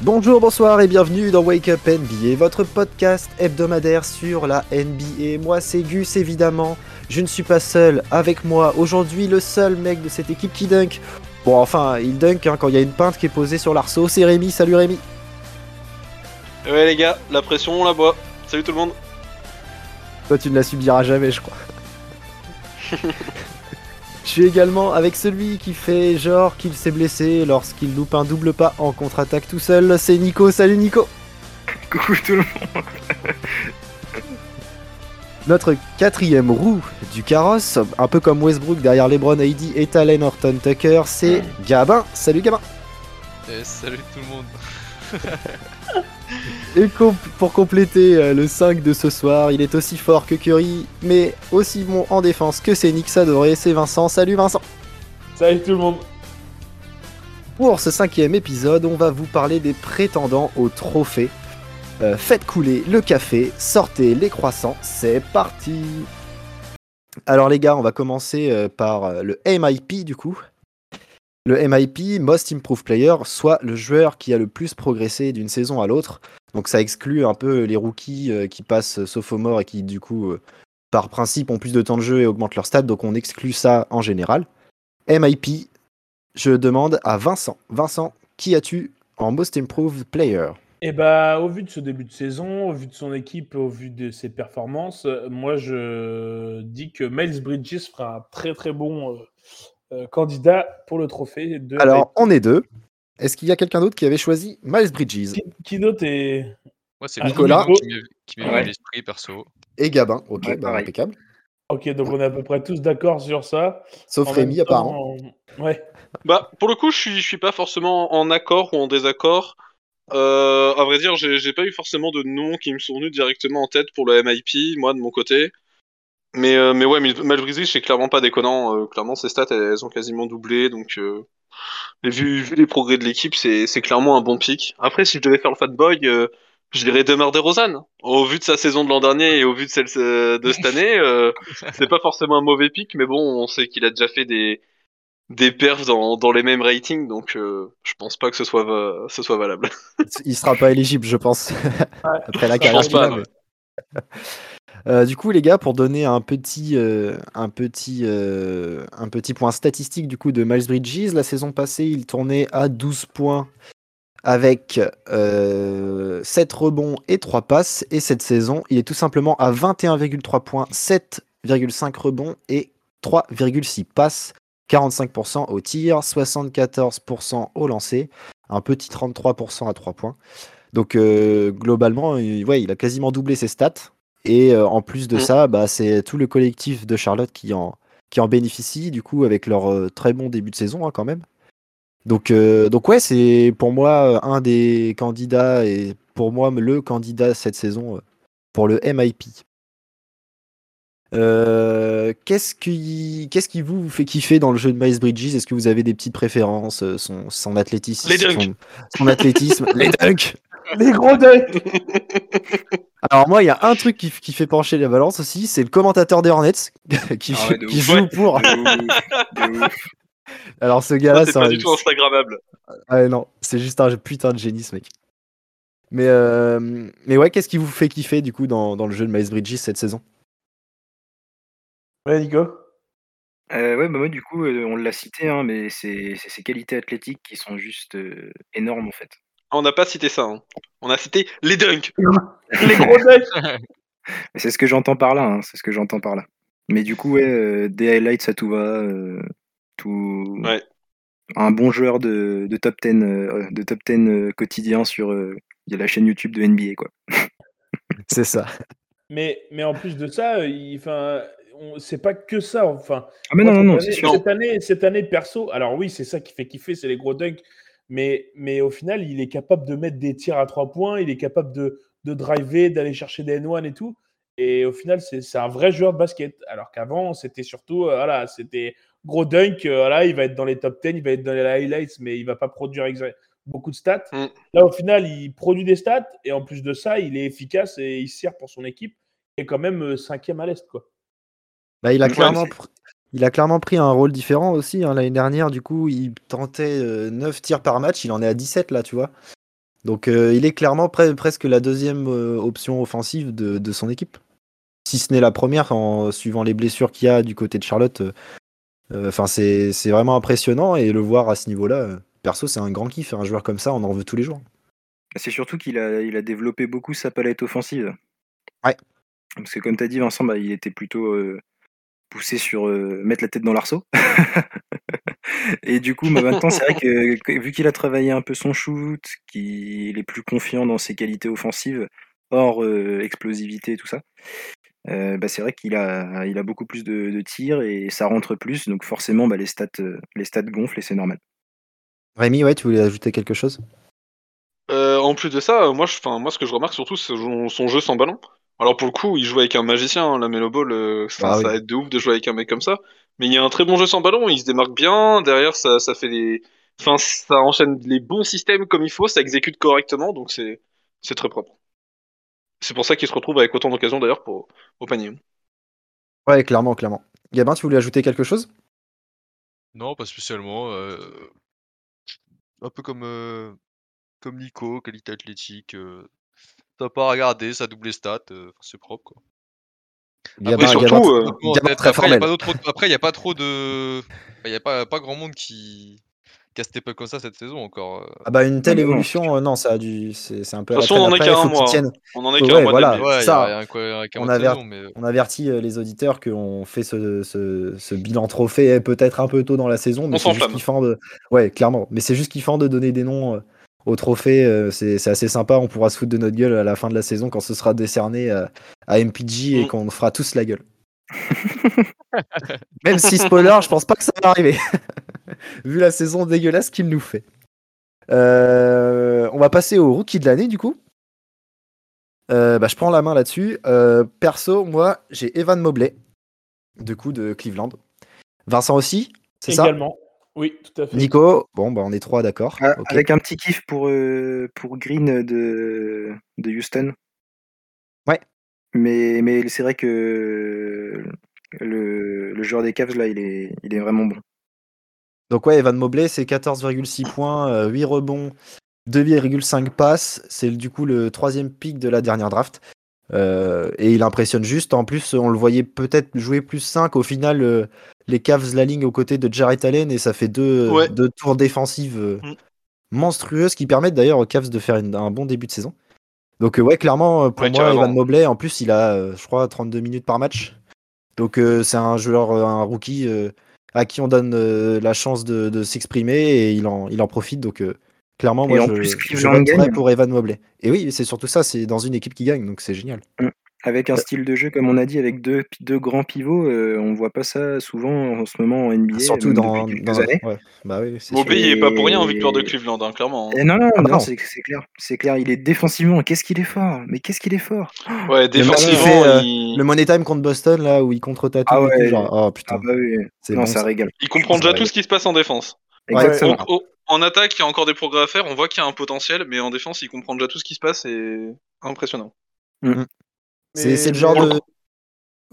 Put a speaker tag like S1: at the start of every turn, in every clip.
S1: Bonjour, bonsoir et bienvenue dans Wake Up NBA, votre podcast hebdomadaire sur la NBA. Moi c'est Gus évidemment, je ne suis pas seul avec moi aujourd'hui, le seul mec de cette équipe qui dunk. Bon enfin, il dunk hein, quand il y a une pinte qui est posée sur l'arceau, c'est Rémi, salut Rémi.
S2: Ouais les gars, la pression on la boit. Salut tout le monde.
S1: Toi tu ne la subiras jamais je crois. Je suis également avec celui qui fait genre qu'il s'est blessé lorsqu'il loupe un double pas en contre-attaque tout seul, c'est Nico, salut Nico
S3: Coucou tout le monde.
S1: Notre quatrième roue du carrosse, un peu comme Westbrook derrière LeBron, AD et Allen Horton Tucker, c'est Gabin. Salut Gabin
S4: Eh, salut tout le monde.
S1: Et com- pour compléter euh, le 5 de ce soir, il est aussi fort que Curry, mais aussi bon en défense que c'est Nick Sadoré, c'est Vincent. Salut Vincent
S5: Salut tout le monde.
S1: Pour ce cinquième épisode, on va vous parler des prétendants au trophée. Euh, faites couler le café, sortez les croissants, c'est parti Alors les gars, on va commencer euh, par euh, le MIP du coup. Le MIP, Most Improved Player, soit le joueur qui a le plus progressé d'une saison à l'autre. Donc ça exclut un peu les rookies euh, qui passent sophomore et qui du coup, euh, par principe, ont plus de temps de jeu et augmentent leur stade. Donc on exclut ça en général. MIP, je demande à Vincent. Vincent, qui as-tu en Most Improved Player
S5: Et bah, au vu de ce début de saison, au vu de son équipe, au vu de ses performances, euh, moi je dis que Miles Bridges fera un très très bon euh, euh, candidat pour le trophée de.
S1: Alors, on est deux. Est-ce qu'il y a quelqu'un d'autre qui avait choisi Miles Bridges
S5: qui, qui d'autre est
S4: Moi, c'est
S5: Ah,
S1: Nicolas.
S4: Nico qui m'est- qui m'est venu à
S3: Ouais.
S4: l'esprit perso.
S1: et Gabin Ok,
S3: Ouais,
S1: bah,
S3: pareil.
S1: impeccable.
S5: Ok, donc on est à peu près tous d'accord sur ça.
S1: Sauf
S5: En même
S1: Rémi,
S5: temps,
S1: apparemment.
S5: on- Ouais.
S2: Bah pour le coup je suis, je suis pas forcément en accord ou en désaccord. Euh, à vrai dire j'ai j'ai pas eu forcément de noms qui me sont venus directement en tête pour le MIP, moi de mon côté. Mais, euh, mais ouais, Mil- Malvrisi, c'est clairement pas déconnant. Euh, clairement, ses stats, elles, elles ont quasiment doublé. Donc, euh, et vu, vu les progrès de l'équipe, c'est c'est clairement un bon pic. Après, si je devais faire le Fatboy, euh, je dirais Demar DeRozan. Au vu de sa saison de l'an dernier et au vu de celle euh, de cette année, euh, c'est pas forcément un mauvais pic. Mais bon, on sait qu'il a déjà fait des, des perfs dans, dans les mêmes ratings. Donc, euh, je pense pas que ce soit, va- ce soit valable.
S1: Il sera pas éligible, je pense. Après la
S2: Je
S1: carrière.
S2: pense pas,
S1: qu'il a, mais- Euh, du coup, les gars, pour donner un petit, euh, un, petit, euh, un petit point statistique du coup de Miles Bridges, la saison passée, il tournait à 12 points avec euh, 7 rebonds et 3 passes. Et cette saison, il est tout simplement à 21,3 points, 7,5 rebonds et 3,6 passes. 45% au tir, 74% au lancer, un petit 33% à 3 points. Donc euh, globalement, il- ouais, il a quasiment doublé ses stats. Et euh, en plus de
S2: Mm.
S1: ça, bah, c'est tout le collectif de Charlotte qui en, qui en bénéficie, du coup, avec leur euh, très bon début de saison hein, quand même. Donc, euh, donc ouais, c'est pour moi euh, un des candidats et pour moi le candidat cette saison euh, pour le MIP. Euh, qu'est-ce qui, qu'est-ce qui vous, vous fait kiffer dans le jeu de Miles Bridges Est-ce que vous avez des petites préférences euh, son, son athlétisme,
S2: Les dunks.
S1: son, son athlétisme, les dunks
S5: Les gros decks
S1: alors moi, il y a un truc qui, f- qui fait pencher la balance aussi, c'est le commentateur des Hornets qui,
S3: Ah ouais, de
S1: qui
S3: ouf.
S1: joue pour.
S3: De ouf, de ouf.
S1: Alors ce
S3: Ah,
S1: gars-là,
S2: c'est
S1: ça-
S2: pas du
S3: hein.
S2: tout Instagrammable.
S1: ah non, c'est juste un putain de génie ce mec. Mais euh, mais ouais, qu'est-ce qui vous fait kiffer du coup dans, dans le jeu de Miles Bridges cette saison
S5: Ouais, Nico.
S3: Euh, ouais, bah moi du coup, euh, on l'a cité, hein, mais c'est c'est ses qualités athlétiques qui sont juste euh, énormes en fait.
S2: On n'a pas cité ça. hein. On a cité les dunks.
S5: Les gros decks
S3: Et C'est ce que j'entends par là, hein, c'est ce que j'entends par là. Mais du coup, ouais, euh, des highlights, ça tout va. euh, tout...
S2: Ouais.
S3: Un bon joueur de, de top 10, euh, de top 10 euh, quotidien sur euh, il y a la chaîne YouTube de NBA. Quoi.
S1: C'est ça.
S5: Mais, mais en plus de ça, euh, il, enfin, on- c'est pas que ça. Enfin,
S3: Ah, mais
S5: Moi,
S3: non, non,
S5: cette
S3: non,
S5: année-
S3: c'est sûr.
S5: Cette année, cette année, perso, alors oui, c'est ça qui fait kiffer, c'est les gros dunks. Mais, mais au final, il est capable de mettre des tirs à trois points, il est capable de, de driver, d'aller chercher des N1 et tout. Et au final, c'est c'est un vrai joueur de basket. Alors qu'avant, c'était surtout, euh, voilà, c'était gros dunk, euh, voilà, il va être dans les top 10, il va être dans les highlights, mais il va pas produire exa- beaucoup de stats.
S2: Mm.
S5: Là, au final, il produit des stats, et en plus de ça, il est efficace et il sert pour son équipe. Et quand même euh, cinquième à l'Est, quoi.
S1: Bah, il a
S3: Ouais,
S1: clairement
S3: c'est-
S1: pr- il a clairement pris un rôle différent aussi. hein. L'année dernière, du coup, il tentait euh, 9 tirs par match, il en est à 17 là, tu vois. Donc euh, il est clairement pre- presque la deuxième euh, option offensive de, de son équipe. Si ce n'est la première, en suivant les blessures qu'il y a du côté de Charlotte. euh, euh, Enfin, c'est- c'est vraiment impressionnant et le voir à ce niveau-là, euh, perso, c'est un grand kiff. Un joueur comme ça, on en veut tous les jours.
S3: C'est surtout qu'il a, il a développé beaucoup sa palette offensive.
S1: Ouais.
S3: Parce que comme tu as dit, Vincent, bah, il était plutôt euh, poussé sur euh, mettre la tête dans l'arceau. Et du coup, bah, maintenant, c'est vrai que que- vu qu'il a travaillé un peu son shoot, qu'il est plus confiant dans ses qualités offensives, hors euh, explosivité et tout ça, euh, bah, c'est vrai qu'il a, il a beaucoup plus de, de tirs et ça rentre plus. Donc forcément, bah, les, stats, euh, les stats gonflent et c'est normal.
S1: Rémi, ouais, tu voulais ajouter quelque chose
S2: Euh, en plus de ça, euh, moi, je, 'fin, moi, ce que je remarque surtout, c'est son, son jeu sans ballon. Alors pour le coup, il joue avec un magicien, hein, la Melo Ball, euh, 'fin,
S1: Ah oui.
S2: ça va être de ouf de jouer avec un mec comme ça. Mais il y a un très bon jeu sans ballon, il se démarque bien, derrière ça, ça fait les... Enfin, ça enchaîne les bons systèmes comme il faut, ça exécute correctement, donc c'est c'est très propre. C'est pour ça qu'il se retrouve avec autant d'occasions d'ailleurs pour au panier.
S1: Ouais, clairement, clairement. Gabin, tu voulais ajouter quelque chose
S4: Non, pas spécialement. euh, Un peu comme, euh, comme Nico, qualité athlétique. euh, T'as pas à regarder, ça double les stats, euh, c'est propre quoi.
S1: Gabin,
S2: surtout,
S1: Gabin,
S2: euh,
S4: Bon,
S1: Gabin
S4: peut-être
S1: très
S4: après, il n'y
S1: formel.
S4: a pas d'autre- après, il n'y a pas trop de. Il n'y a pas, pas grand monde qui. qui a step up comme ça cette saison encore. euh.
S1: Ah bah une telle
S3: Ah, mais non.
S1: évolution, euh, non, ça a du, c'est c'est un peu. à
S2: De
S1: la
S2: toute façon,
S1: traîne.
S2: on en est
S1: Après,
S2: qu'à
S1: il
S2: un
S1: faut qu'ils
S2: mois. hein.
S1: tiennent.
S2: On en est
S1: Ouais,
S2: qu'à un mois de
S1: voilà.
S2: NBA.
S4: Ouais, il y
S1: Ah, ça,
S4: a- il y a un quoi- un
S1: on
S4: quarante
S1: avait-
S4: saison, mais euh,
S1: On avertit euh, les auditeurs qu'on fait ce, ce- ce bilan trophée eh, peut-être un peu tôt dans la saison, mais
S2: On
S1: c'est juste
S2: s'enflamme.
S1: kiffant de. Ouais, clairement. Mais c'est juste kiffant de donner des noms euh, au trophée. euh, C'est c'est assez sympa. On pourra se foutre de notre gueule à la fin de la saison quand ce sera décerné euh, à MPG et
S2: Mm.
S1: qu'on fera tous la gueule. Même si spoiler, je pense pas que ça va arriver. Vu la saison dégueulasse qu'il nous fait. Euh, on va passer au rookie de l'année du coup. Euh, bah, je prends la main là-dessus. Euh, perso, moi, j'ai Evan Mobley, du coup de Cleveland. Vincent aussi, c'est ça
S5: Également. Oui, tout à fait.
S1: Nico, bon, bah, on est trois d'accord.
S3: Ah,
S1: ok.
S3: Avec un petit kiff pour, euh, pour Green de, de Houston.
S1: Ouais.
S3: Mais, mais c'est vrai que le, le joueur des Cavs, là, il est, il est vraiment bon.
S1: Donc, ouais, Evan Mobley, c'est 14,6 points, euh, 8 rebonds, 2,5 passes. C'est du coup le troisième pick de la dernière draft. Euh, et il impressionne juste. En plus, on le voyait peut-être jouer plus 5. Au final, euh, les Cavs la ligne aux côtés de Jarrett Allen et ça fait deux,
S2: Ouais.
S1: deux tours défensives euh,
S2: Mm.
S1: monstrueuses qui permettent d'ailleurs aux Cavs de faire une- un bon début de saison. Donc, euh, ouais, clairement, euh, pour
S2: Ouais,
S1: moi,
S2: carrément.
S1: Evan Mobley, en plus, il a, euh, je crois, 32 minutes par match. Donc, euh, c'est un joueur, euh, un rookie euh, à qui on donne euh, la chance de, de s'exprimer et il en, il en profite. Donc, euh, clairement,
S3: Et
S1: moi,
S3: en
S1: je,
S3: plus,
S1: je
S3: Cleveland
S1: voterais
S3: gagne.
S1: pour Evan Mobley. Et oui, c'est surtout ça, c'est dans une équipe qui gagne, donc c'est génial.
S3: Avec un
S1: Euh.
S3: style de jeu, comme on a dit, avec deux, deux grands pivots, euh, on voit pas ça souvent en ce moment en NBA.
S1: surtout
S3: même
S1: dans,
S3: euh, depuis quelques
S1: dans-
S3: années.
S1: ouais. Bah oui, c'est sûr.
S2: Mobley, il est pas pour rien en victoire de Cleveland, hein, clairement.
S3: Eh non, non,
S1: Ah bah
S3: non,
S1: non.
S3: c'est c'est clair. C'est clair, il est défensivement. Qu'est-ce qu'il est fort Mais qu'est-ce qu'il est fort
S2: Eh, Ouais, défensivement,
S1: fait, euh,
S2: il...
S1: Le Money Time contre Boston, là, où il contre Tatum.
S3: Ah
S1: et tout,
S3: ouais.
S1: genre, oh putain,
S3: Ah bah oui,
S1: c'est
S3: non,
S1: bon,
S3: ça
S1: ça.
S3: régale.
S2: il comprend déjà
S1: Ouais.
S2: tout ce qui se passe en défense.
S5: Ouais.
S3: Exactement.
S2: Donc, au- en attaque, il y a encore des progrès à faire. On voit qu'il y a un potentiel, mais en défense, il comprend déjà tout ce qui se passe. C'est impressionnant.
S1: C'est c'est le
S5: Mais-
S1: genre
S5: mais-
S1: de.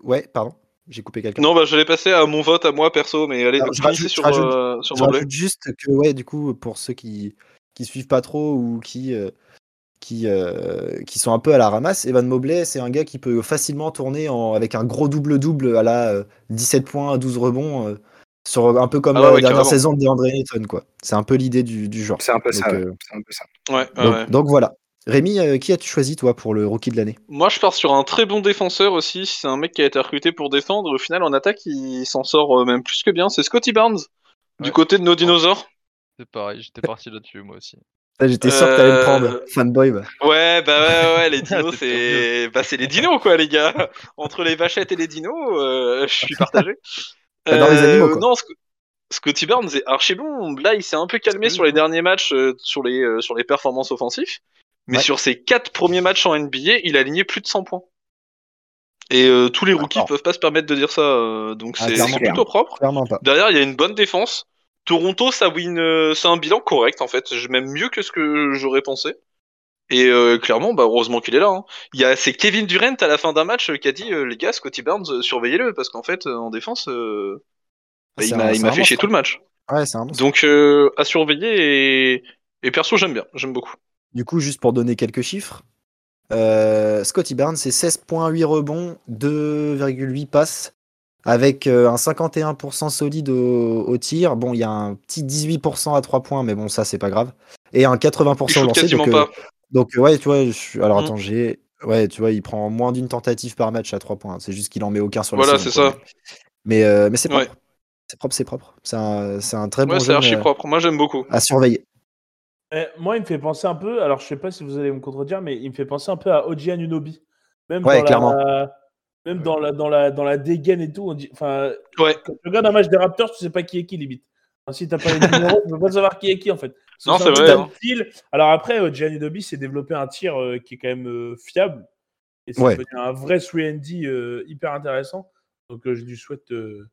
S1: Ouais, pardon, j'ai coupé quelqu'un.
S2: Non, bah, j'allais passer à mon vote à moi perso, mais allez,
S1: Alors, je
S2: finissez
S1: rajoute-
S2: sur,
S1: je rajoute-
S2: euh, sur
S1: Je
S2: Mobley.
S1: rajoute juste que, ouais, du coup, pour ceux qui qui suivent pas trop ou qui euh, qui euh, qui sont un peu à la ramasse, Evan Mobley, c'est un gars qui peut facilement tourner en, avec un gros double double à la euh, 17 points, 12 rebonds, euh, sur un peu comme
S2: Ah ouais,
S1: la
S2: ouais,
S1: dernière
S2: carrément.
S1: saison de DeAndre Ayton, quoi. C'est un peu l'idée du du genre.
S3: C'est un peu ça.
S1: Donc,
S3: ouais.
S1: euh,
S3: C'est un peu ça.
S2: Ouais, ouais,
S1: donc,
S2: Ah ouais.
S1: donc voilà. Rémi, euh, qui as-tu choisi toi pour le rookie de l'année
S2: Moi, je pars sur un très bon défenseur aussi. C'est un mec qui a été recruté pour défendre. Au final, en attaque, il s'en sort euh, même plus que bien. C'est Scotty Barnes, du
S4: Ouais.
S2: côté de nos dinosaures.
S4: c'est pareil, j'étais parti là-dessus moi aussi.
S1: Ah, J'étais sûr que t'allais le prendre,
S2: Euh,
S1: fanboy. bah.
S2: Ouais, bah ouais, ouais, les dinos,
S4: T'es
S2: c'est bah, c'est les dinos, quoi, les gars. Entre les vachettes et les dinos, euh, je suis partagé. Euh,
S1: T'adores Bah, les animaux, quoi.
S2: Non, Sc- Scotty Barnes est archi bon. Là, il s'est un peu calmé sur les derniers matchs, euh, sur, les, euh, sur les performances offensives. Mais
S1: Ouais.
S2: sur ses quatre premiers matchs en NBA, il a aligné plus de 100 points. Et euh, tous les rookies
S1: D'accord.
S2: peuvent pas se permettre de dire ça. euh, donc
S1: Ah,
S2: c'est
S1: clairement.
S2: c'est plutôt propre.
S1: Clairement pas.
S2: Derrière, il y a une bonne défense. Toronto, ça win, euh, c'est un bilan correct en fait. Je- Même mieux que ce que j'aurais pensé. Et euh, clairement, bah, heureusement qu'il est là. hein. Il y a c'est Kevin Durant à la fin d'un match euh, qui a dit euh, les gars, Scotty Barnes, euh, surveillez-le parce qu'en fait, euh, en défense, euh,
S1: Ah,
S2: bah,
S1: C'est
S2: il
S1: un-
S2: m'a
S1: c'est
S2: il m'a
S1: un
S2: fait chier
S1: monstre, hein.
S2: tout le match.
S1: Ouais, c'est un monstre.
S2: Donc euh, à surveiller et, et perso, j'aime bien, j'aime beaucoup.
S1: Du coup, juste pour donner quelques chiffres, euh, Scotty Barnes, c'est 16,8 rebonds, 2,8 passes, avec euh, un 51% solide au, au tir. Bon, il y a un petit 18% à 3 points, mais bon, ça, c'est pas grave. Et un 80%
S2: Il
S1: au
S2: shoot
S1: lancer.
S2: quasiment
S1: Donc, euh,
S2: pas.
S1: donc, euh, ouais, tu vois, je suis- alors
S2: Mm.
S1: attends, j'ai. Ouais, tu vois, il prend moins d'une tentative par match à 3 points. C'est juste qu'il en met aucun sur la
S2: Voilà,
S1: saison,
S2: c'est
S1: quoi.
S2: ça.
S1: Mais, euh, mais c'est propre.
S2: Ouais.
S1: C'est propre, c'est propre. C'est un, c'est un très bon
S2: Ouais, c'est
S1: jeune
S2: archi
S1: euh,
S2: propre. Moi, j'aime beaucoup.
S1: à surveiller.
S5: Eh, moi, il me fait penser un peu, alors je sais pas si vous allez me contredire, mais il me fait penser un peu à Oji Anunobi. Même
S1: Ouais,
S5: dans
S1: clairement.
S5: La... Même dans la, dans, la, dans la dégaine et tout, on dit. Enfin,
S2: Ouais.
S5: quand tu regardes un match des Raptors, tu sais pas qui est qui, limite. Enfin, si t'as pas les numéros, tu peux pas savoir qui est qui, en fait. Parce que
S2: Non,
S5: un
S2: c'est
S5: peu
S2: vrai,
S5: dans
S2: hein.
S5: le style. Alors après, euh, Gianni Dobby s'est développé un tir euh, qui est quand même euh, fiable. Et c'est
S1: Ouais.
S5: devenu un vrai 3D euh, hyper intéressant. Donc euh, je lui souhaite euh,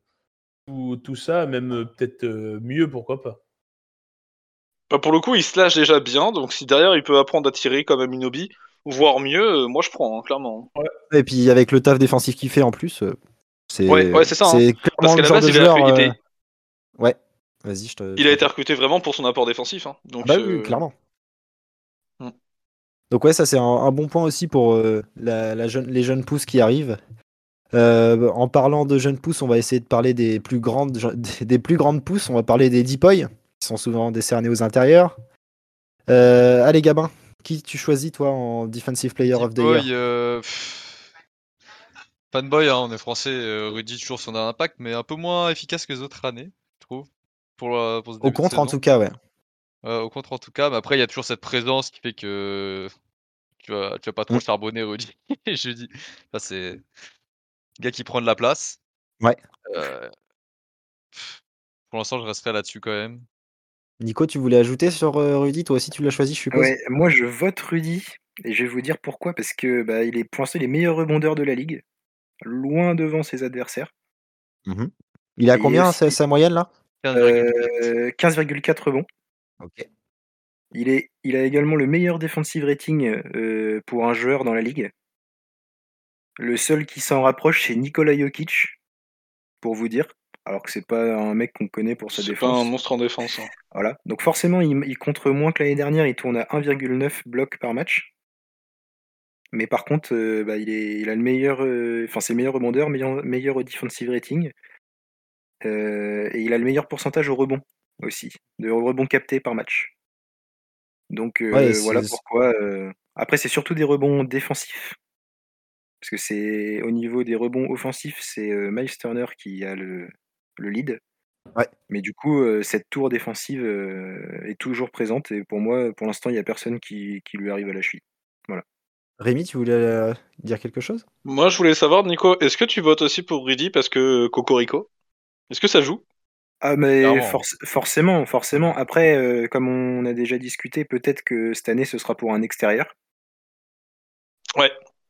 S5: tout, tout ça, même euh, peut-être euh, mieux, pourquoi pas.
S2: Bah, pour le coup, il se lâche déjà bien, donc si derrière il peut apprendre à tirer comme Aminobi, voire mieux, euh, moi je prends, hein, clairement.
S1: Et puis, avec le taf défensif qu'il fait en plus, euh, c'est
S2: Ouais, ouais, c'est ça, hein.
S1: clairement
S2: Parce
S1: le
S2: qu'à la
S1: genre
S2: base,
S1: de
S2: il a,
S1: joueur.
S2: il était-
S1: euh, Ouais, vas-y, je te.
S2: il a été recruté vraiment pour son apport défensif. hein. Donc,
S1: Bah
S2: euh,
S1: oui, clairement.
S2: Hmm.
S1: Donc ouais, ça c'est un, un bon point aussi pour euh, la, la jeune, les jeunes pousses qui arrivent. Euh, en parlant de jeunes pousses, on va essayer de parler des plus grandes, je- des, des plus grandes pousses. On va parler des Deepoy, qui sont souvent décernés aux intérieurs. Euh, allez Gabin, qui tu choisis toi en Defensive Player of the Year
S4: Boy, euh, pff, Fanboy, hein, on est français, euh, Rudy toujours son impact, mais un peu moins efficace que les autres années, je trouve. Pour, la- pour ce
S1: Au
S4: début de
S1: contre en
S4: saison.
S1: tout cas, ouais.
S4: Euh, au contre en tout cas, mais après il y a toujours cette présence qui fait que tu vas, tu vas pas trop
S1: Mm.
S4: charbonner Rudy. je dis, ça c'est le gars qui prend de la place.
S1: Ouais.
S4: Euh, pff, Pour l'instant, je resterai là-dessus quand même.
S1: Nico, tu voulais ajouter sur euh, Rudy, toi aussi tu l'as choisi, je suppose.
S3: Ouais, moi je vote Rudy et je vais vous dire pourquoi parce que bah, il est pour l'instant il est meilleur rebondeur de la ligue, loin devant ses adversaires.
S1: Mhm. Il a
S3: Et
S1: combien
S3: aussi-
S1: sa, sa moyenne là
S2: Ah,
S4: 15,4.
S3: Euh, 15,4 rebonds.
S1: Ok.
S3: Il, est, il a également le meilleur defensive rating euh, pour un joueur dans la ligue. Le seul qui s'en rapproche, c'est Nikola Jokic, pour vous dire. Alors que c'est pas un mec qu'on connaît pour sa
S2: c'est pas un
S3: défense.
S2: monstre en défense. hein.
S3: Voilà. Donc forcément, il, il contre moins que l'année dernière. Il tourne à 1,9 blocs par match. Mais par contre, euh, bah, il, est, il a le meilleur, euh, enfin c'est le meilleur rebondeur, meilleur, meilleur defensive rating, Euh, et il a le meilleur pourcentage au rebond aussi, de rebond capté par match. Donc euh,
S1: Ouais,
S3: voilà
S1: c'est-
S3: pourquoi. euh, Après, c'est surtout des rebonds défensifs, parce que c'est au niveau des rebonds offensifs, c'est euh, Miles Turner qui a le, le lead.
S1: Ouais.
S3: Mais du coup, euh, cette tour défensive euh, est toujours présente et pour moi, pour l'instant, il n'y a personne qui, qui lui arrive à la cheville.
S1: Rémi, tu voulais euh, dire quelque chose
S2: Moi je voulais savoir, Nico, est-ce que tu votes aussi pour Rudy parce que euh, Cocorico Est-ce que ça joue
S3: Ah, mais
S4: Clairement.
S3: forc- forcément, forcément. Après, euh, comme on a déjà discuté, peut-être que cette année, ce sera pour un extérieur.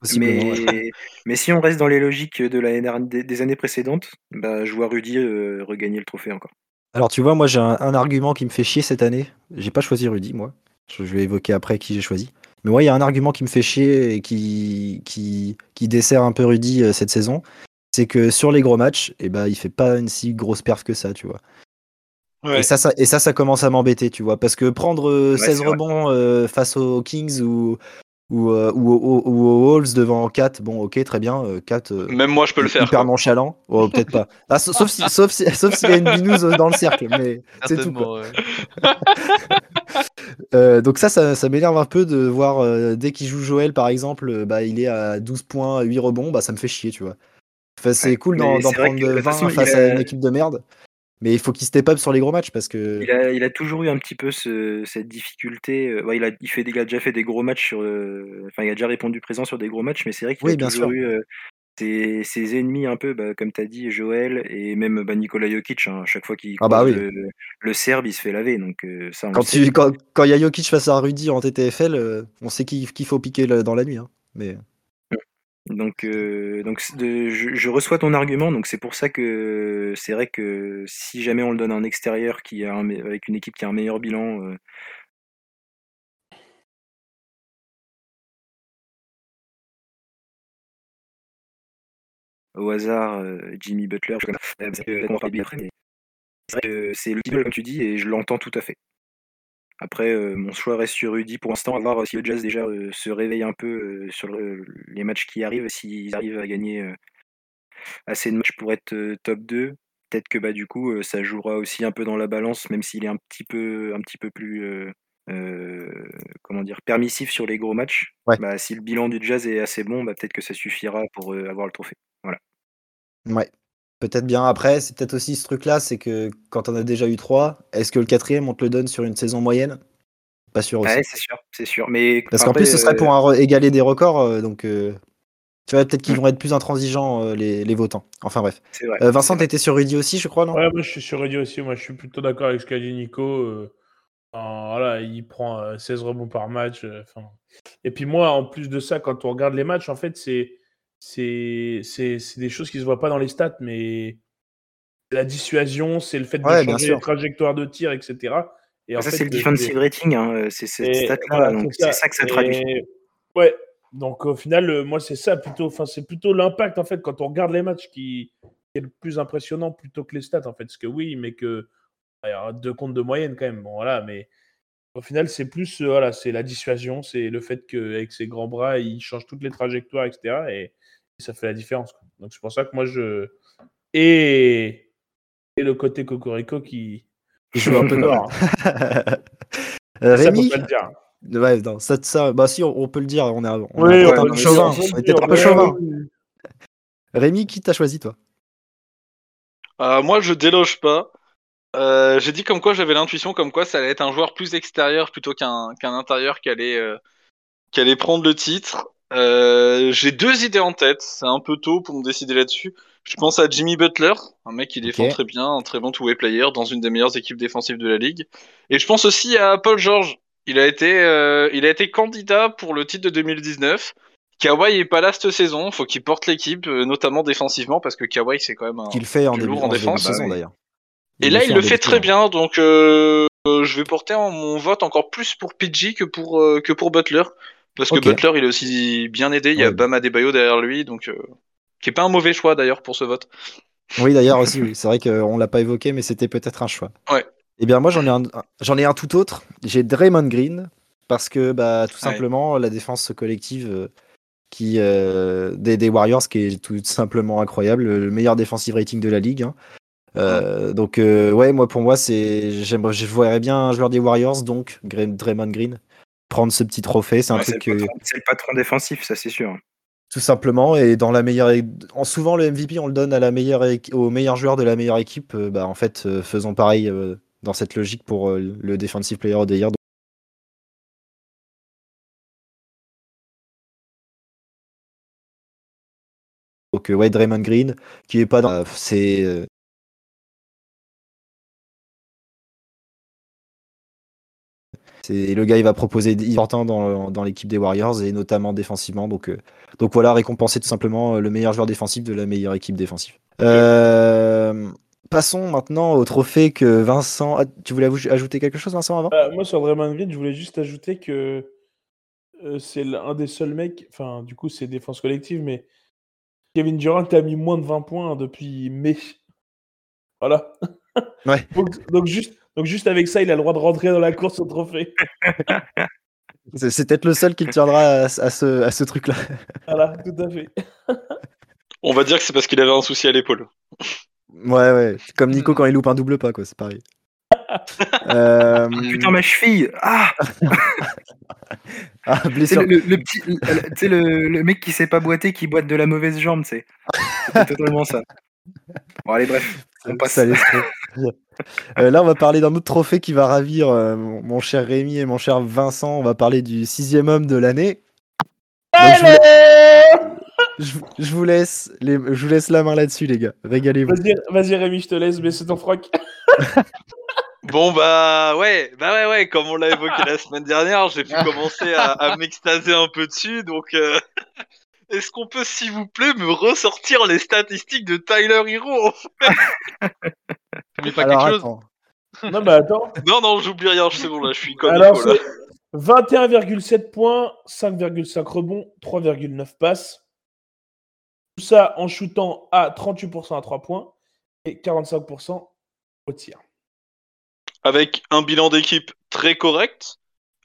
S1: Possiblement, ouais.
S3: Mais, mais si on reste dans les logiques de l'année dernière- des, des années précédentes, bah, je vois Rudy euh, regagner le trophée encore.
S1: Alors tu vois, moi j'ai un, un argument qui me fait chier cette année. J'ai pas choisi Rudy, moi. Je, je vais évoquer après qui j'ai choisi. Mais moi, il y a un argument qui me fait chier et qui, qui, qui dessert un peu Rudy euh, cette saison. C'est que sur les gros matchs, eh ben, il fait pas une si grosse perf que ça, tu vois. Et, ça, ça, et ça, ça commence à m'embêter, tu vois. Parce que prendre euh,
S3: Ouais,
S1: 16
S3: c'est vrai.
S1: rebonds euh, face aux Kings ou, ou, euh, ou, aux- ou aux Wolves devant 4, bon, ok, très bien. euh, 4,
S2: Même moi je peux le faire.
S1: hyper
S2: quoi.
S1: nonchalant. Oh, peut-être pas. Ah, sa- sauf si- sauf si- sauf s'il y a une binouze dans le cercle. Mais c'est tout, quoi.
S4: Certainement, ouais.
S1: Euh, donc ça, ça, ça m'énerve un peu de voir euh, dès qu'il joue Joël par exemple, euh, bah, il est à 12 points, 8 rebonds, bah ça me fait chier, tu vois. Enfin, c'est
S3: Ouais.
S1: cool
S3: Mais
S1: d'en
S3: c'est
S1: d'en
S3: vrai
S1: prendre
S3: que, de
S1: 20
S3: toute façon, il
S1: face
S3: a-
S1: à une équipe de merde, mais il faut qu'il step up sur les gros matchs parce que
S3: Il a, il a toujours eu un petit peu ce- cette difficulté. euh, ouais, il, a, il, fait, des- il a déjà fait des gros matchs sur. euh, Enfin, il a déjà répondu présent sur des gros matchs, mais c'est vrai qu'il
S1: Oui,
S3: a
S1: bien
S3: toujours
S1: sûr.
S3: eu euh, ses, ses ennemis un peu, bah, comme tu as dit, Joël et même bah, Nikola Jokic. hein, à chaque fois qu'il
S1: Ah bah
S3: croise
S1: oui.
S3: le, le Serbe, il se fait laver. Donc, euh, ça, on
S1: quand
S3: le sait.
S1: tu quand quand il y a Jokic face à Rudy en TTFL, euh, on sait qu'il qu'il faut piquer le- dans la nuit. hein. Mais
S3: Donc, euh, donc c'est de- je, je reçois ton argument, donc c'est pour ça que c'est vrai que si jamais on le donne à un extérieur qui a un me- avec une équipe qui a un meilleur bilan, euh, au hasard, euh, Jimmy Butler, je sais pas, euh, parce que on va parler bien après, mais c'est vrai que c'est le petit peu, comme tu dis, et je l'entends tout à fait. Après, euh, mon choix reste sur Rudy pour l'instant, à voir si le Jazz déjà euh, se réveille un peu euh, sur le- les matchs qui arrivent, s'ils arrivent à gagner euh, assez de matchs pour être euh, top 2. Peut-être que bah, du coup, euh, ça jouera aussi un peu dans la balance, même s'il est un petit peu, un petit peu plus euh, euh, comment dire, permissif sur les gros matchs.
S1: Ouais.
S3: Bah, si le bilan du Jazz est assez bon, bah, peut-être que ça suffira pour euh, avoir le trophée.
S1: Ouais. Peut-être bien après, c'est peut-être aussi ce truc-là, c'est que quand on a déjà eu trois, est-ce que le quatrième, on te le donne sur une saison moyenne Pas sûr aussi.
S3: Ouais, c'est sûr, c'est sûr. Mais
S1: Parce qu'en
S3: après,
S1: plus, ce serait
S3: euh,
S1: pour un re- égaler des records, euh, donc euh, tu vois, peut-être
S2: Mm.
S1: qu'ils vont être plus intransigeants, euh, les, les votants. Enfin bref.
S3: c'est vrai.
S1: Euh, Vincent, t'étais sur Rudy aussi, je crois, non
S5: Ouais, moi je suis sur Rudy aussi, moi je suis plutôt d'accord avec ce qu'a dit Nico. euh, euh, voilà, il prend euh, 16 rebonds par match. euh, enfin. et puis moi, en plus de ça, quand on regarde les matchs, en fait, c'est c'est c'est- c'est des choses qui se voient pas dans les stats, mais c'est la dissuasion, c'est le fait de
S1: Ouais, bien
S5: changer
S1: sûr.
S5: les trajectoires de tir, etc. Et en
S3: ça,
S5: fait,
S3: c'est le
S5: euh,
S3: defensive rating, hein, c'est cette
S5: et
S3: stat-là.
S5: voilà,
S3: donc
S5: c'est
S3: c'est ça que ça traduit.
S5: Et- Ouais. Donc au final, euh, moi c'est ça plutôt. Enfin, c'est plutôt l'impact en fait quand on regarde les matchs qui, qui est le plus impressionnant plutôt que les stats en fait. Parce que oui, mais que il y a deux comptes de moyenne quand même. Bon voilà, mais au final c'est plus euh, voilà, c'est la dissuasion, c'est le fait qu'avec ses grands bras il change toutes les trajectoires, etc. Et, et ça fait la différence. quoi. Donc c'est pour ça que moi je et et le côté cocorico qui qui joue un peu dehors. hein.
S1: Euh,
S5: Ça, faut
S1: Rémi
S5: pas le dire. hein.
S1: Ouais, non, ça, ça, bah si, on, on peut le dire, on est, on est
S5: Ouais,
S1: peut-être
S5: on
S1: un
S5: peut
S1: peu
S5: le
S1: chauvin.
S5: dire, on peut
S1: On
S5: le
S1: est peut-être
S5: dire,
S1: un peu
S5: ouais,
S1: chauvin.
S5: ouais.
S1: Rémi, qui t'a choisi, toi
S2: Euh, moi, je déloge pas. Euh, j'ai dit comme quoi j'avais l'intuition comme quoi ça allait être un joueur plus extérieur plutôt qu'un qu'un intérieur qui allait, euh, qui allait prendre le titre. Euh, j'ai deux idées en tête, c'est un peu tôt pour me décider là-dessus. Je pense à Jimmy Butler, un mec qui défend très bien, un très bon two-way player dans une des meilleures équipes défensives de la ligue. Et je pense aussi à Paul George. Il a été, euh, il a été candidat pour le titre de 2019. Kawhi est pas là cette saison, faut qu'il porte l'équipe, euh, notamment défensivement, parce que Kawhi c'est quand même un,
S1: Qui le fait en
S2: du
S1: début,
S2: lourd en
S1: en début de
S2: défense.
S1: saison,
S3: Ah bah oui.
S1: d'ailleurs.
S2: et là, il
S1: en
S2: le
S1: début
S2: fait
S1: de
S2: très
S1: saison.
S2: bien, donc euh, euh, je vais porter en- mon vote encore plus pour PG que pour, euh, que pour Butler. Parce que
S1: Ok.
S2: Butler, il est aussi bien aidé, il y a
S1: Oui.
S2: Bam Adebayo derrière lui, donc euh, qui est pas un mauvais choix d'ailleurs pour ce vote.
S1: Oui, d'ailleurs aussi, oui. C'est vrai qu'on l'a pas évoqué, mais c'était peut-être un choix.
S2: Ouais.
S1: Eh bien, moi, j'en ai un, un- j'en ai un tout autre. J'ai Draymond Green parce que, bah, tout
S2: Ouais.
S1: simplement, la défense collective euh, qui euh, des, des Warriors, qui est tout simplement incroyable, le meilleur defensive rating de la ligue. hein. Euh, Donc, euh, ouais, moi, pour moi, c'est, j'aimerais, je verrais bien un joueur des Warriors, donc Gray- Draymond Green, prendre ce petit trophée. C'est un
S3: Ouais, C'est
S1: truc
S5: euh,
S3: le,
S1: que-
S3: patron- c'est le patron défensif, ça c'est sûr.
S1: tout simplement et dans la meilleure en souvent le MVP on le donne à la meilleure équi- au meilleur joueur de la meilleure équipe Euh, bah en fait euh, faisons pareil euh, dans cette logique pour euh, le defensive player of the year donc euh, ouais Draymond Green qui est pas dans euh, c'est euh, c'est le gars il va proposer des- important dans, euh, dans l'équipe des Warriors et notamment défensivement donc euh, donc voilà récompenser tout simplement euh, le meilleur joueur défensif de la meilleure équipe défensive Euh, passons maintenant au trophée que Vincent ah, tu voulais ajou- ajouter quelque chose Vincent avant
S5: Euh, moi, sur Draymond Green, je voulais juste ajouter que euh, c'est l'un des seuls mecs, enfin, du coup, c'est défense collective, mais Kevin Durant a mis moins de 20 points depuis mai. Voilà.
S1: Ouais.
S5: donc, donc juste, donc, juste avec ça, il a le droit de rentrer dans la course au trophée.
S1: C'est c'est peut-être le seul qui le tiendra à, à ce, à ce truc-là.
S5: Voilà, tout à fait.
S2: On va dire que c'est parce qu'il avait un souci à l'épaule.
S1: Ouais, ouais. C'est Comme
S2: Euh.
S1: Nico quand il loupe un double pas, quoi. C'est pareil. Euh,
S3: Putain, ma cheville Ah
S1: ah,
S3: C'est le,
S1: blessure.
S3: le- le petit, le- le- tu sais, le, le mec qui sait pas boiter, qui boite de la mauvaise jambe, tu sais. C'était totalement ça. Bon, allez, bref, on passe.
S1: Ça laisse trop. Euh, là, on va parler d'un autre trophée qui va ravir euh, mon mon cher Rémi et mon cher Vincent. On va parler du sixième homme de l'année. Donc, je, vous la- je vous- je vous laisse les- je vous laisse la main là-dessus, les gars. Régalez-vous.
S5: Vas-y, vas-y, Rémi, je te laisse, mais c'est ton froc.
S2: Bon bah ouais, bah ouais ouais, comme on l'a évoqué la semaine dernière, j'ai pu commencer à, à m'extaser un peu dessus, donc euh, est-ce qu'on peut s'il vous plaît me ressortir les statistiques de Tyler Hero
S4: N'oublie pas
S1: Alors,
S4: quelque chose.
S1: attends.
S5: Non, bah attends.
S2: Non non, j'oublie rien, c'est bon là, je suis comme
S5: Alors,
S2: Nico, là.
S5: c'est 21,7 points, 5,5 rebonds, 3,9 passes. Tout ça en shootant à 38% à 3 points et 45% au tir.
S2: avec un bilan d'équipe très correct.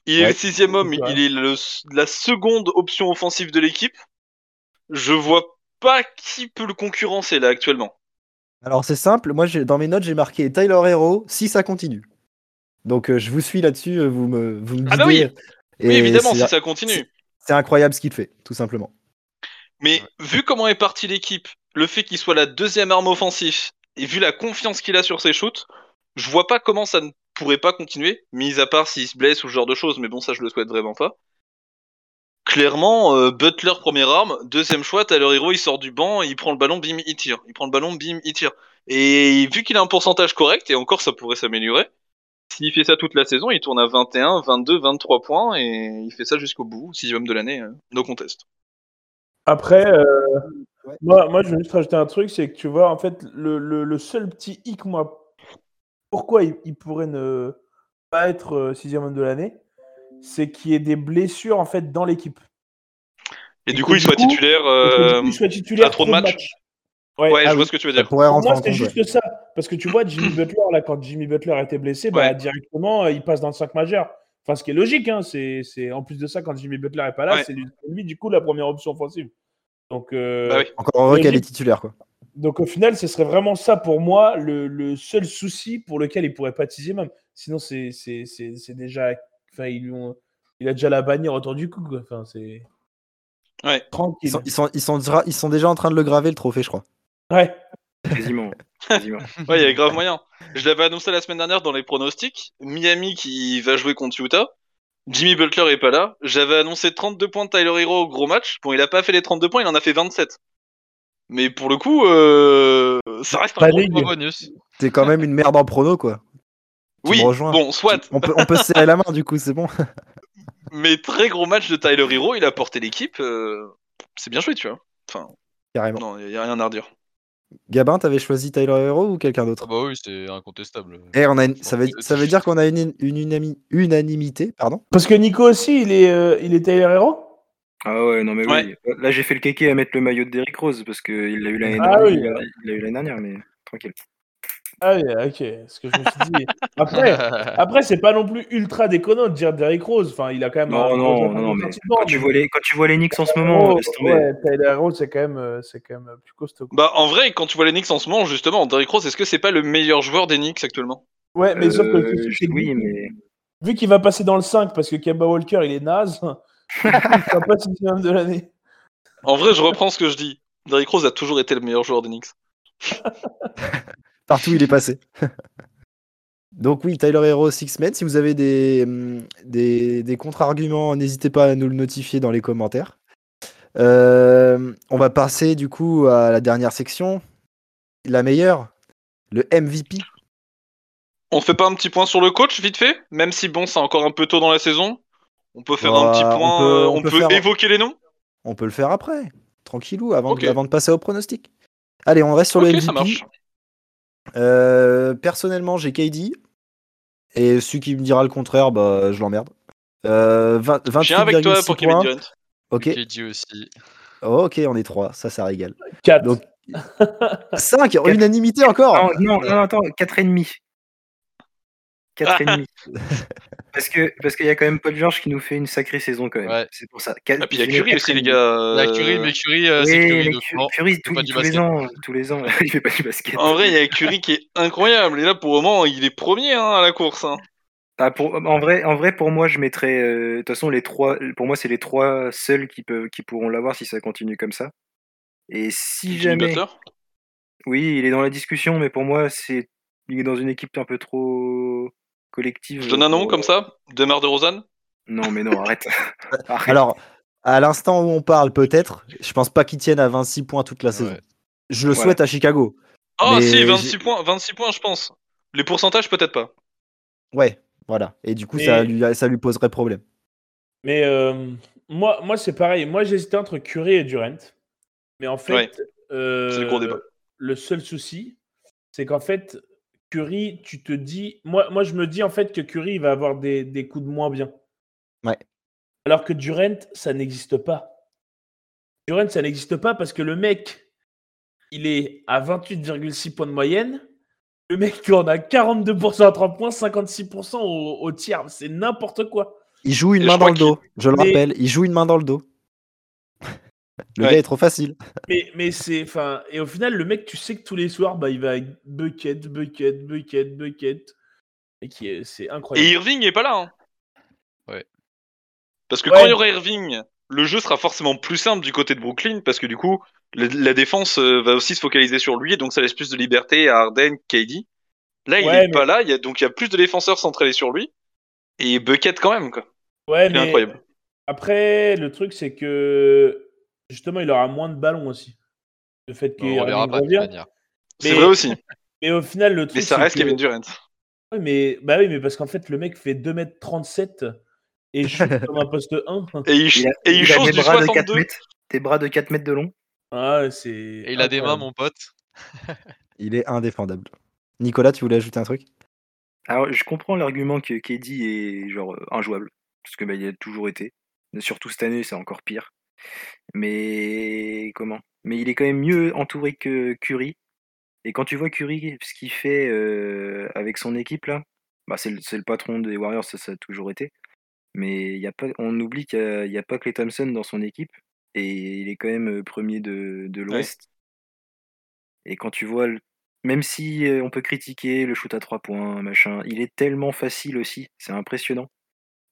S2: Il est
S5: Ouais.
S2: le sixième homme,
S5: Ouais.
S2: il est le- la seconde option offensive de l'équipe. Je vois pas qui peut le concurrencer là actuellement.
S1: Alors c'est simple, moi j'ai- dans mes notes j'ai marqué Tyler Hero si ça continue. Donc euh, je vous suis là-dessus, euh, vous me, vous me
S2: Ah bah oui.
S1: guidez.
S2: oui,
S1: Et
S2: évidemment, si
S1: c'est-
S2: ça continue.
S1: C'est incroyable ce qu'il fait, tout simplement.
S2: Mais vu comment est partie l'équipe, le fait qu'il soit la deuxième arme offensive, et vu la confiance qu'il a sur ses shoots, je vois pas comment ça ne pourrait pas continuer, mis à part s'il se blesse ou ce genre de choses, mais bon, ça je le souhaite vraiment pas. Clairement, euh, Butler première arme, deuxième choix, Tyler Hero il sort du banc, il prend le ballon, bim, il tire. Il prend le ballon, bim, il tire. Et vu qu'il a un pourcentage correct, et encore ça pourrait s'améliorer, s'il fait ça toute la saison, il tourne à 21, 22, 23 points, et il fait ça jusqu'au bout, sixième de l'année, euh, no contest.
S5: Après, euh,
S1: Ouais.
S5: moi, moi, je veux juste rajouter un truc, c'est que tu vois, en fait, le, le- le seul petit hic, moi, pourquoi il, il pourrait ne pas être euh, sixième homme de l'année, c'est qu'il y ait des blessures, en fait, dans l'équipe.
S2: Et du
S5: Et
S2: coup,
S5: que
S2: il
S5: du
S2: soit
S5: coup,
S2: titulaire.
S5: Et que, du
S2: euh,
S5: coup, il soit titulaire
S2: à trop de
S5: match.
S2: matchs.
S5: Ouais,
S2: Ouais,
S1: Ah
S2: je
S1: oui.
S2: vois ce que tu veux
S1: Ça
S2: dire.
S1: pourrait
S5: Pour
S1: rentrer
S5: moi,
S1: en
S5: c'est
S1: compte. ouais.
S5: juste ça. Parce que tu vois, Jimmy Butler, là, quand Jimmy Butler était blessé, bah,
S2: Ouais.
S5: directement, euh, il passe dans le 5 majeur. Enfin, ce qui est logique, hein, c'est, c'est- en plus de ça, quand Jimmy Butler n'est pas là,
S2: Ouais.
S5: c'est lui, lui, du coup, la première option offensive. Donc, euh,
S2: Bah oui.
S1: Encore heureux
S5: Mais
S1: qu'elle
S5: j'ai-
S1: est titulaire quoi.
S5: donc au final, ce serait vraiment ça pour moi, le, le seul souci pour lequel il pourrait pas teaser même. Sinon, c'est c'est- c'est- c'est déjà. Enfin, ils lui ont- il a déjà la bannière autour du cou. quoi. Enfin, c'est.
S2: Ouais.
S1: Ils
S5: Tranquille.
S1: sont, ils, sont, ils, sont, dra- ils sont déjà en train de le graver le trophée je crois.
S5: Ouais.
S3: Quasiment. quasiment.
S2: Ouais, il y a grave moyen. Je l'avais annoncé la semaine dernière dans les pronostics. Miami qui va jouer contre Utah. Jimmy Butler est pas là. J'avais annoncé 32 points de Tyler Hero au gros match. Bon, il a pas fait les 32 points, il en a fait 27. Mais pour le coup, euh, ça reste un
S5: Pas
S2: gros.
S5: dégueu.
S4: Gros bonus.
S1: C'est quand même une merde en prono quoi. Tu
S2: Oui,
S1: me rejoins.
S2: bon, soit.
S1: On peut, on peut se serrer la main du coup, c'est bon.
S2: Mais très gros match de Tyler Hero, il a porté l'équipe. euh, C'est bien joué, tu vois.
S1: Carrément.
S2: Non, il y a rien à redire.
S1: Gabin, t'avais choisi Tyler Hero ou quelqu'un
S4: Ah
S1: d'autre
S4: bah oui, c'est incontestable.
S1: Eh, on a une-
S4: Je
S1: ça,
S4: pense
S1: veut,
S4: que-
S1: ça veut dire qu'on a une, une unami- unanimité, pardon
S5: Parce que Nico aussi, il est, euh, il est Tyler Hero.
S3: Ah ouais, non mais oui.
S2: Ouais.
S3: Là, j'ai fait le kéké à mettre le maillot de Derrick Rose parce qu'il l'a eu l'année
S5: Ah
S3: dernière.
S5: oui.
S3: il l'a- Il l'a eu l'année dernière, mais tranquille.
S5: Ah oui, ok. Ce que je me suis dit. Après, après c'est pas non plus ultra déconnant de dire Derrick Rose. Enfin, il a quand même.
S3: Non,
S5: un-
S3: non,
S5: un-
S3: non, non, mais
S5: sentiment,
S3: quand tu
S5: mais
S3: vois les, quand tu vois les Knicks en ce
S5: Tyler
S3: moment,
S5: Hero,
S3: laisse tomber.
S5: Oh, ouais, Tyler Hero, c'est quand même, euh, c'est quand même euh, plus costaud. quoi.
S2: Bah, en vrai, quand tu vois les Knicks en ce moment, justement, Derrick Rose, est-ce que c'est pas le meilleur joueur des Knicks actuellement
S5: Ouais, mais sauf que le
S3: Euh,
S5: truc, c'est que
S3: oui,
S5: vu-
S3: mais
S5: vu qu'il va passer dans le 5 parce que Kemba Walker il est naze, il sera pas sixième de l'année.
S2: En vrai, je reprends ce que je dis. Derrick Rose a toujours été le meilleur joueur des Knicks.
S1: Partout où il est passé. Donc oui, Tyler Hero, Six Men. Si vous avez des, hum, des, des contre-arguments, n'hésitez pas à nous le notifier dans les commentaires. Euh, on va passer du coup à la dernière section, la meilleure, le MVP.
S2: On fait pas un petit point sur le coach, vite fait Même si, bon, c'est encore un peu tôt dans la saison. On peut faire
S1: Bah,
S2: un petit
S1: on
S2: point.
S1: peut-
S2: euh,
S1: on
S2: On,
S1: peut
S2: peut,
S1: faire-
S2: évoquer les noms
S1: On peut le faire après, tranquillou, avant,
S2: Ok.
S1: de, avant de passer au pronostic. Allez, on reste sur
S2: Ok,
S1: le MVP.
S2: ça marche.
S1: Euh, personnellement, j'ai KD. Et celui qui me dira le contraire, bah, je l'emmerde. Euh, 20
S2: Je viens avec toi
S1: 28,6
S2: pour Kevin
S1: points.
S2: Durant.
S1: Ok,
S4: KD aussi.
S1: Oh, ok, on est trois, ça, ça régale.
S5: 4.
S1: Donc, 5, unanimité encore.
S3: non, non, non, attends, quatre et demi, quatre et demi. Parce que parce qu'il y a quand même Paul George qui nous fait une sacrée saison quand même.
S4: Ouais.
S3: C'est pour ça. Quatre-
S2: Et Ah, puis il y a
S3: je mets
S2: Curry
S3: quatre
S2: aussi,
S3: et
S2: les
S3: demi.
S2: gars.
S4: La
S2: euh,
S4: Curie, mais Curie, euh,
S3: Oui,
S4: c'est Curie
S3: mais
S4: de
S3: Cu-
S4: flanc.
S3: Curry,
S4: pas
S3: tous,
S4: du
S3: tous les
S4: basket.
S3: ans, tous les ans, il fait pas du basket.
S2: En vrai, il y a Curry qui est incroyable. Et là, pour le moment, il est premier hein, à la course. hein.
S3: Ah, pour- en, vrai, en vrai, pour moi, je mettrais. euh, De toute façon, les trois, pour moi, c'est les trois seuls qui, peuvent, qui pourront l'avoir si ça continue comme ça. Et si
S2: Jimmy
S3: jamais. Euh,
S2: Butler.
S3: Oui, il est dans la discussion, mais pour moi, c'est il est dans une équipe un peu trop collective.
S2: Je donne un nom
S3: pour-
S2: comme ça Demar de Rosanne
S3: Non, mais non, arrête. Arrête.
S1: Alors, à l'instant où on parle, peut-être, je pense pas qu'ils tiennent à 26 points toute la saison.
S4: Ouais.
S1: Je le
S3: Ouais.
S1: souhaite à Chicago.
S2: Ah,
S1: Mais
S2: si,
S1: j'ai-
S2: 26 points, 26 points, je pense. Les pourcentages, peut-être pas.
S1: Ouais, voilà. Et du coup,
S5: Mais-
S1: ça, lui, ça lui poserait problème.
S5: Mais euh, moi, moi c'est pareil. Moi, j'hésitais entre Curry et Durant. Mais en fait,
S2: Ouais.
S5: euh,
S2: C'est le gros débat.
S5: le seul souci, c'est qu'en fait, Curry, tu te dis. Moi, moi, je me dis en fait que Curry il va avoir des, des coups de moins bien.
S1: Ouais.
S5: Alors que Durant, ça n'existe pas. Durant, ça n'existe pas parce que le mec, il est à 28,6 points de moyenne. Le mec tourne à 42% à 3 points, 56% au, au tir. C'est n'importe quoi.
S1: Il joue une
S2: Et
S1: main
S2: je
S1: dans
S2: crois
S1: le dos, je le
S5: Mais-
S1: rappelle, il joue une main dans le dos. Le
S2: Ouais.
S1: gars est trop facile.
S5: Mais, mais c'est. Enfin, et au final, le mec, tu sais que tous les soirs, bah, il va avec bucket, bucket, bucket, bucket. Et qui est- c'est
S2: Et
S5: incroyable.
S2: Irving est pas là. Hein.
S4: Ouais.
S2: Parce que
S5: Ouais.
S2: quand il y aura Irving, le jeu sera forcément plus simple du côté de Brooklyn parce que du coup, la, la défense euh, va aussi se focaliser sur lui et donc ça laisse plus de liberté à Harden, KD. Là, il
S5: Ouais,
S2: est
S5: mais-
S2: pas là, il y a, donc il y a plus de défenseurs centrés sur lui. Et Bucket quand même, quoi.
S5: ouais,
S2: C'est
S5: mais
S2: incroyable.
S5: après, le truc, c'est que justement, il aura moins de ballons aussi. Le fait qu'il
S4: on verra
S5: revienne.
S4: pas de toute manière.
S5: Mais-
S2: C'est vrai aussi,
S5: Mais au final, le truc.
S2: mais ça
S5: c'est
S2: reste
S5: que-
S2: Kevin Durant.
S5: Ouais, mais, bah oui, mais parce qu'en fait, le mec fait 2m37 et shoot comme un poste 1.
S2: Et il, ch-
S3: Il a,
S2: et il
S3: il a
S2: chose
S3: des,
S2: du
S3: bras de 4
S2: 62.
S3: mètres, des bras de 4 mètres de long.
S5: Ah, c'est. Et
S4: Et il a des mains, mon pote.
S1: Il est indéfendable. Nicolas, tu voulais ajouter un truc
S3: Alors, je comprends l'argument que KD est genre euh, injouable, parce que bah, il a toujours été. Mais Surtout cette année, c'est encore pire. Mais comment Mais il est quand même mieux entouré que Curry. Et quand tu vois Curry, ce qu'il fait euh, avec son équipe là, bah, c'est le, c'est le patron des Warriors, ça, ça a toujours été. Mais il y a pas, on oublie qu'il n'y a, pas que les Thompson dans son équipe, et il est quand même euh, premier de, de l'Ouest. Et quand tu vois le- même si euh, on peut critiquer le shoot à trois points, machin, il est tellement facile aussi, c'est impressionnant,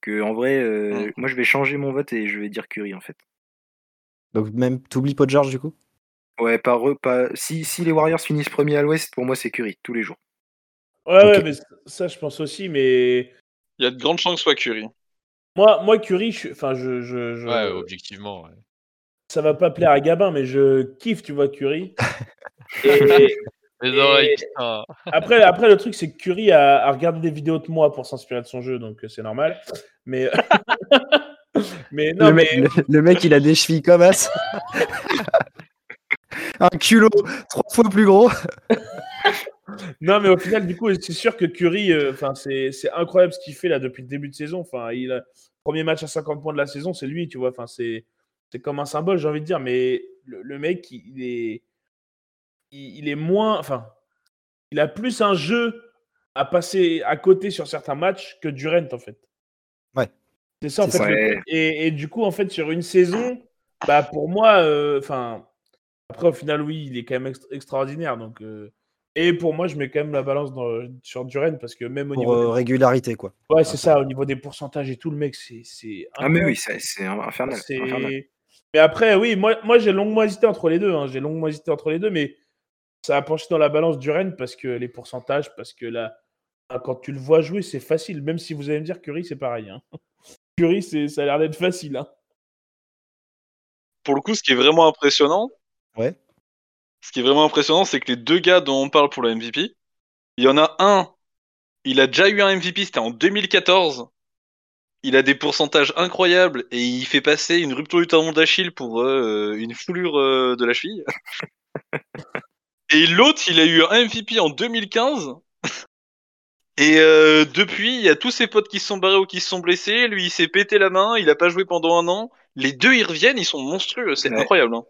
S3: que en vrai,
S1: Mmh.
S3: euh, moi je vais changer mon vote et je vais dire Curry en fait.
S1: Donc même t'oublies pas de George du coup
S3: Ouais, par eux, pas... si, si les Warriors finissent premier à l'Ouest, pour moi c'est Curry, tous les jours.
S5: Ouais, ouais,
S1: Ok.
S5: mais ça, je pense aussi, mais.
S2: Il y a de grandes chances que ce soit Curry.
S5: Moi, moi Curie, je... enfin, je, je, je-
S4: Ouais, objectivement. ouais.
S5: ça va pas plaire à Gabin, mais je kiffe, tu vois, Curie. Et, et
S4: Les
S5: Et-
S4: oreilles, putain.
S5: après, après, le truc, c'est que Curie a, a regardé des vidéos de moi pour s'inspirer de son jeu, donc euh, c'est normal. Mais, mais non,
S1: le,
S5: mais
S1: mec- le- le mec, il a des chevilles comme as. un culot trois fois plus gros.
S5: Non, mais au final, du coup, c'est sûr que Curry, euh, enfin, c'est c'est incroyable ce qu'il fait là depuis le début de saison. Enfin, il a- premier match à 50 points de la saison, c'est lui, tu vois. Enfin, c'est c'est comme un symbole, j'ai envie de dire. Mais le, le mec, il est, il, il est moins, enfin, il a plus un jeu à passer à côté sur certains matchs que Durant, en fait.
S1: Ouais.
S5: C'est ça, en
S1: C'est
S5: fait.
S1: ça.
S5: le
S3: Ouais.
S5: truc. Et, et du coup, en fait, sur une saison, bah, pour moi, euh, enfin, après, au final, oui, il est quand même ext- extraordinaire, donc. euh, et pour moi, je mets quand même la balance dans- sur Duren parce que même au
S1: Pour
S5: niveau,
S1: euh, régularité quoi.
S5: des, ouais, c'est ça, au niveau des pourcentages et tout, le mec, c'est c'est
S3: Ah mais
S5: incroyable.
S3: oui, c'est c'est infernal.
S5: C'est-
S3: infernal.
S5: Mais après, oui, moi, moi j'ai longuement hésité entre les deux. hein, J'ai longuement hésité entre les deux, mais ça a penché dans la balance Duren parce que les pourcentages, parce que là, ah, quand tu le vois jouer, c'est facile. Même si vous allez me dire Curry, c'est pareil. Hein. Curry, c'est- ça a l'air d'être facile. hein.
S2: Pour le coup, ce qui est vraiment impressionnant,
S1: Ouais.
S2: ce qui est vraiment impressionnant, c'est que les deux gars dont on parle pour le MVP, il y en a un, il a déjà eu un MVP, c'était en 2014. Il a des pourcentages incroyables et il fait passer une rupture du tendon d'Achille pour euh, une foulure euh, de la cheville. et l'autre, il a eu un MVP en 2015. Et euh, depuis, il y a tous ses potes qui se sont barrés ou qui se sont blessés. Lui, il s'est pété la main, il a pas joué pendant un an. Les deux, ils reviennent, ils sont monstrueux, c'est
S3: Ouais.
S2: incroyable. hein.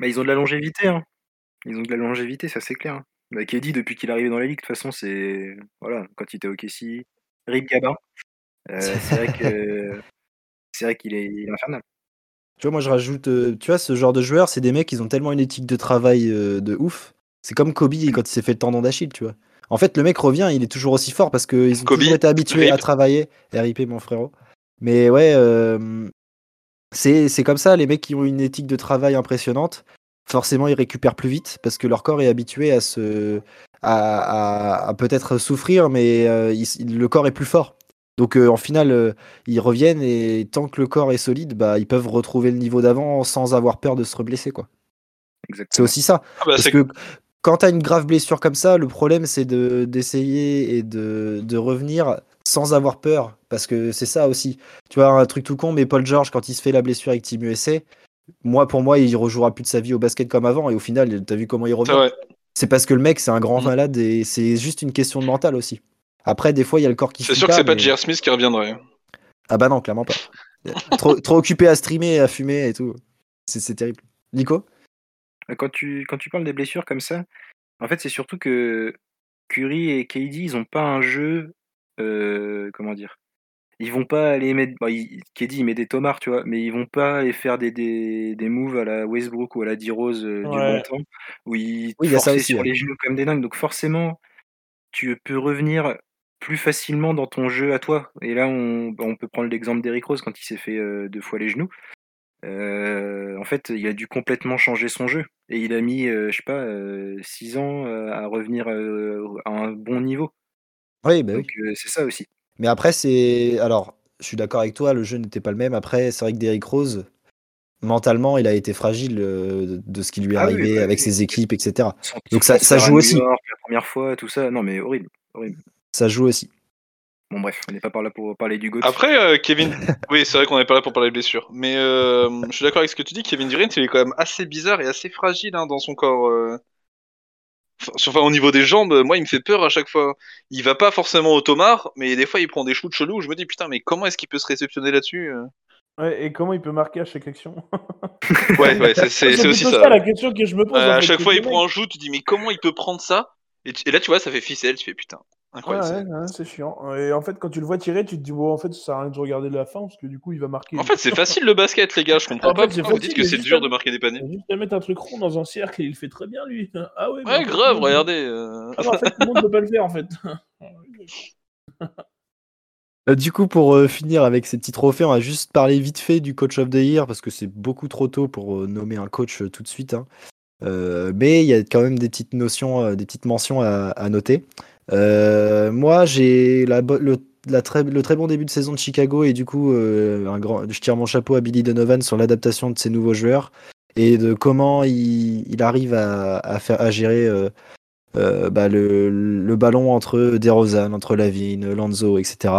S3: Bah, ils ont de la longévité. Hein. Ils ont de la longévité, ça c'est clair. Hein. Bah, KD, depuis qu'il est arrivé dans la ligue, de toute façon, c'est. Voilà, quand il était au Kessie, Rip Gabin. Euh, c'est vrai que. C'est vrai qu'il est, il est infernal.
S1: Tu vois, moi je rajoute, euh, tu vois, ce genre de joueurs, c'est des mecs, ils ont tellement une éthique de travail euh, de ouf. C'est comme Kobe quand il s'est fait le tendon d'Achille, tu vois. En fait, le mec revient, il est toujours aussi fort parce qu'ils ont
S2: Kobe,
S1: toujours été habitués à
S2: RIP.
S1: travailler. RIP, mon frérot. Mais ouais, euh, c'est c'est comme ça, les mecs qui ont une éthique de travail impressionnante, forcément ils récupèrent plus vite parce que leur corps est habitué à se. à, à- à peut-être souffrir, mais euh, ils- le corps est plus fort. Donc euh, en finale, euh, ils reviennent et tant que le corps est solide, bah, ils peuvent retrouver le niveau d'avant sans avoir peur de se reblesser. quoi. C'est
S3: Exactement.
S1: aussi ça.
S2: Ah bah,
S1: Parce
S2: c'est
S1: que quand tu as une grave blessure comme ça, le problème c'est de- d'essayer et de, de revenir sans avoir peur. Parce que c'est ça aussi. Tu vois, un truc tout con, mais Paul George, quand il se fait la blessure avec Team USA, moi, pour moi, il rejouera plus de sa vie au basket comme avant. Et au final, t'as vu comment il revient
S2: c'est vrai. Mm.
S1: C'est parce que le mec, c'est un grand
S4: Mhm.
S1: malade et c'est juste une question de mental aussi. Après, des fois, il y a le corps qui
S2: C'est
S1: suit
S2: sûr que c'est pas
S1: mais-
S2: J.R. Smith qui reviendrait.
S1: Ah bah non, clairement pas. trop, trop occupé à streamer, à fumer et tout. C'est c'est terrible. Nico
S3: Quand tu, quand tu parles des blessures comme ça, en fait, c'est surtout que Curry et KD, ils ont pas un jeu. euh, comment dire Ils vont pas aller mettre. bon, ils- KD, il met des tomards, tu vois, mais ils vont pas aller faire des, des, des moves à la Westbrook ou à la D-Rose euh, du
S5: Ouais.
S3: bon temps, où ils
S1: Oui, il y a ça
S3: forçaient
S1: aussi,
S3: sur
S1: ouais.
S3: les genoux comme des dingues. Donc forcément, tu peux revenir plus facilement dans ton jeu à toi. Et là, on, bah, on peut prendre l'exemple d'Eric Rose quand il s'est fait euh, deux fois les genoux. Euh, en fait, il a dû complètement changer son jeu. Et il a mis, euh, je sais pas, 6 ans euh, à revenir euh, à un bon niveau.
S1: Oui, bah oui.
S3: Donc euh, c'est ça aussi.
S1: Mais après, c'est. Alors, je suis d'accord avec toi, le jeu n'était pas le même. Après, c'est vrai que Derrick Rose, mentalement, il a été fragile euh, de- de ce qui lui est
S3: Ah oui,
S1: arrivé
S3: bah
S1: avec
S3: oui.
S1: ses équipes, etc.
S3: Son-
S1: Donc
S3: son
S1: ça- ça
S3: transfert à
S1: joue
S3: New
S1: aussi.
S3: York, la première fois, tout ça. Non, mais horrible.
S1: Ça joue aussi.
S3: Bon, bref, on n'est pas par là pour parler du GOAT.
S2: Après, euh, Kevin. oui, c'est vrai qu'on n'est pas là pour parler de blessures. Mais euh, je suis d'accord avec ce que tu dis. Kevin Durant, il est quand même assez bizarre et assez fragile hein, dans son corps. euh. Enfin, sur- enfin, au niveau des jambes, moi, il me fait peur à chaque fois. Il va pas forcément au tomard, mais des fois, il prend des shoots chelous. où Je me dis, putain, mais comment est-ce qu'il peut se réceptionner là-dessus euh
S5: Ouais, et comment il peut marquer à chaque action
S2: Ouais, ouais, c'est- c'est c'est aussi
S5: plutôt
S2: ça.
S5: la question que je me pose.
S2: Euh,
S5: en
S2: à
S5: fait,
S2: chaque
S5: c'est
S2: fois, il
S5: que le
S2: prend
S5: mec-
S2: un shoot, tu dis, mais comment il peut prendre ça et, tu- et là, tu vois, ça fait ficelle. Tu fais, putain, incroyable.
S5: Ouais,
S2: ça.
S5: ouais, ouais, c'est chiant. Et en fait, quand tu le vois tirer, tu te dis, bon, en fait, ça sert à rien de regarder la fin, parce que du coup, il va marquer.
S2: En fait, c'est facile le basket, les gars. Je comprends
S5: En
S2: pas
S5: fait, c'est
S2: pourquoi vous dites
S5: facile,
S2: que
S5: mais
S2: c'est
S5: juste
S2: dur
S5: un-
S2: de marquer des paniers.
S5: Il va juste à mettre un truc rond dans un cercle et il le fait très bien, lui. Ah ouais, mais en
S2: Ouais,
S5: fait,
S2: grave,
S5: tout le monde-
S2: regardez. euh.
S5: Ah, mais en fait, tout le monde ne peut pas le faire, en fait.
S1: Euh, Du coup, pour euh, finir avec ces petits trophées, on va juste parler vite fait du coach of the year parce que c'est beaucoup trop tôt pour euh, nommer un coach euh, tout de suite. hein. Euh, mais il y a quand même des petites notions, euh, des petites mentions à, à noter. Euh, moi, j'ai la, bo- le, la très, le très bon début de saison de Chicago et du coup, euh, un grand, je tire mon chapeau à Billy Donovan sur l'adaptation de ses nouveaux joueurs et de comment il, il arrive à, à faire, à gérer euh, euh, bah, le, le ballon entre DeRozan, entre Lavigne, Lanzo, etc.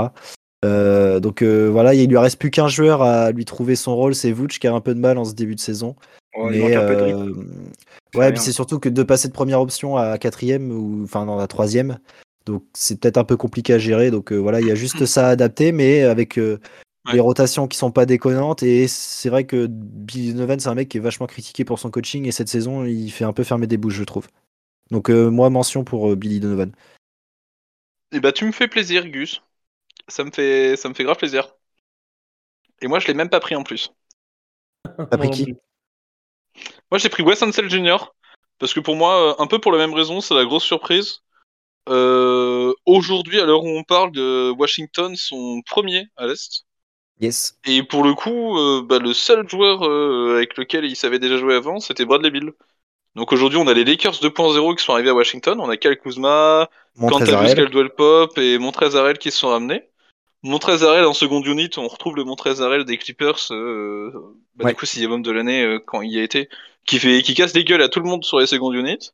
S1: Euh, donc euh, voilà, il lui reste plus qu'un joueur à lui trouver son rôle, c'est Vooch qui a un peu de mal en ce début de saison.
S3: Oh, il
S1: mais,
S3: manque un peu de rythme.
S1: euh,
S3: C'est
S1: ouais,
S3: rien.
S1: puis c'est surtout que de passer de première option à quatrième ou enfin dans la troisième, donc c'est peut-être un peu compliqué à gérer. Donc euh, voilà, il y a juste ça à adapter, mais avec euh,
S2: Ouais.
S1: les rotations qui sont pas déconnantes. Et c'est vrai que Billy Donovan, c'est un mec qui est vachement critiqué pour son coaching et cette saison, il fait un peu fermer des bouches, je trouve. Donc euh, moi, mention pour euh, Billy Donovan.
S2: Et bah tu me fais plaisir, Gus. Ça me fait, ça me fait grave plaisir. Et moi, je l'ai même pas pris en plus.
S1: T'as pris
S5: Moi non
S1: qui
S5: plus.
S2: Moi, j'ai pris Wes Ansel Jr. Parce que pour moi, euh, un peu pour la même raison, c'est la grosse surprise. Euh, Aujourd'hui, à l'heure où on parle, de Washington sont premiers à l'est.
S1: Yes.
S2: Et pour le coup, euh, bah, le seul joueur euh, avec lequel il savait déjà jouer avant, c'était Bradley Bill. Donc aujourd'hui, on a les Lakers 2.0 qui sont arrivés à Washington. On a Kyle Kuzma,
S1: Mon
S2: Quantavius
S1: Trezarel.
S2: Caldwell Pop et Montrezarel qui se sont ramenés. Montrezarel en seconde unit, on retrouve le Montrezarel des Clippers, euh, bah,
S1: Ouais.
S2: du coup sixième homme de l'année euh, quand il y a été, qui fait, qui casse des gueules à tout le monde sur les secondes units.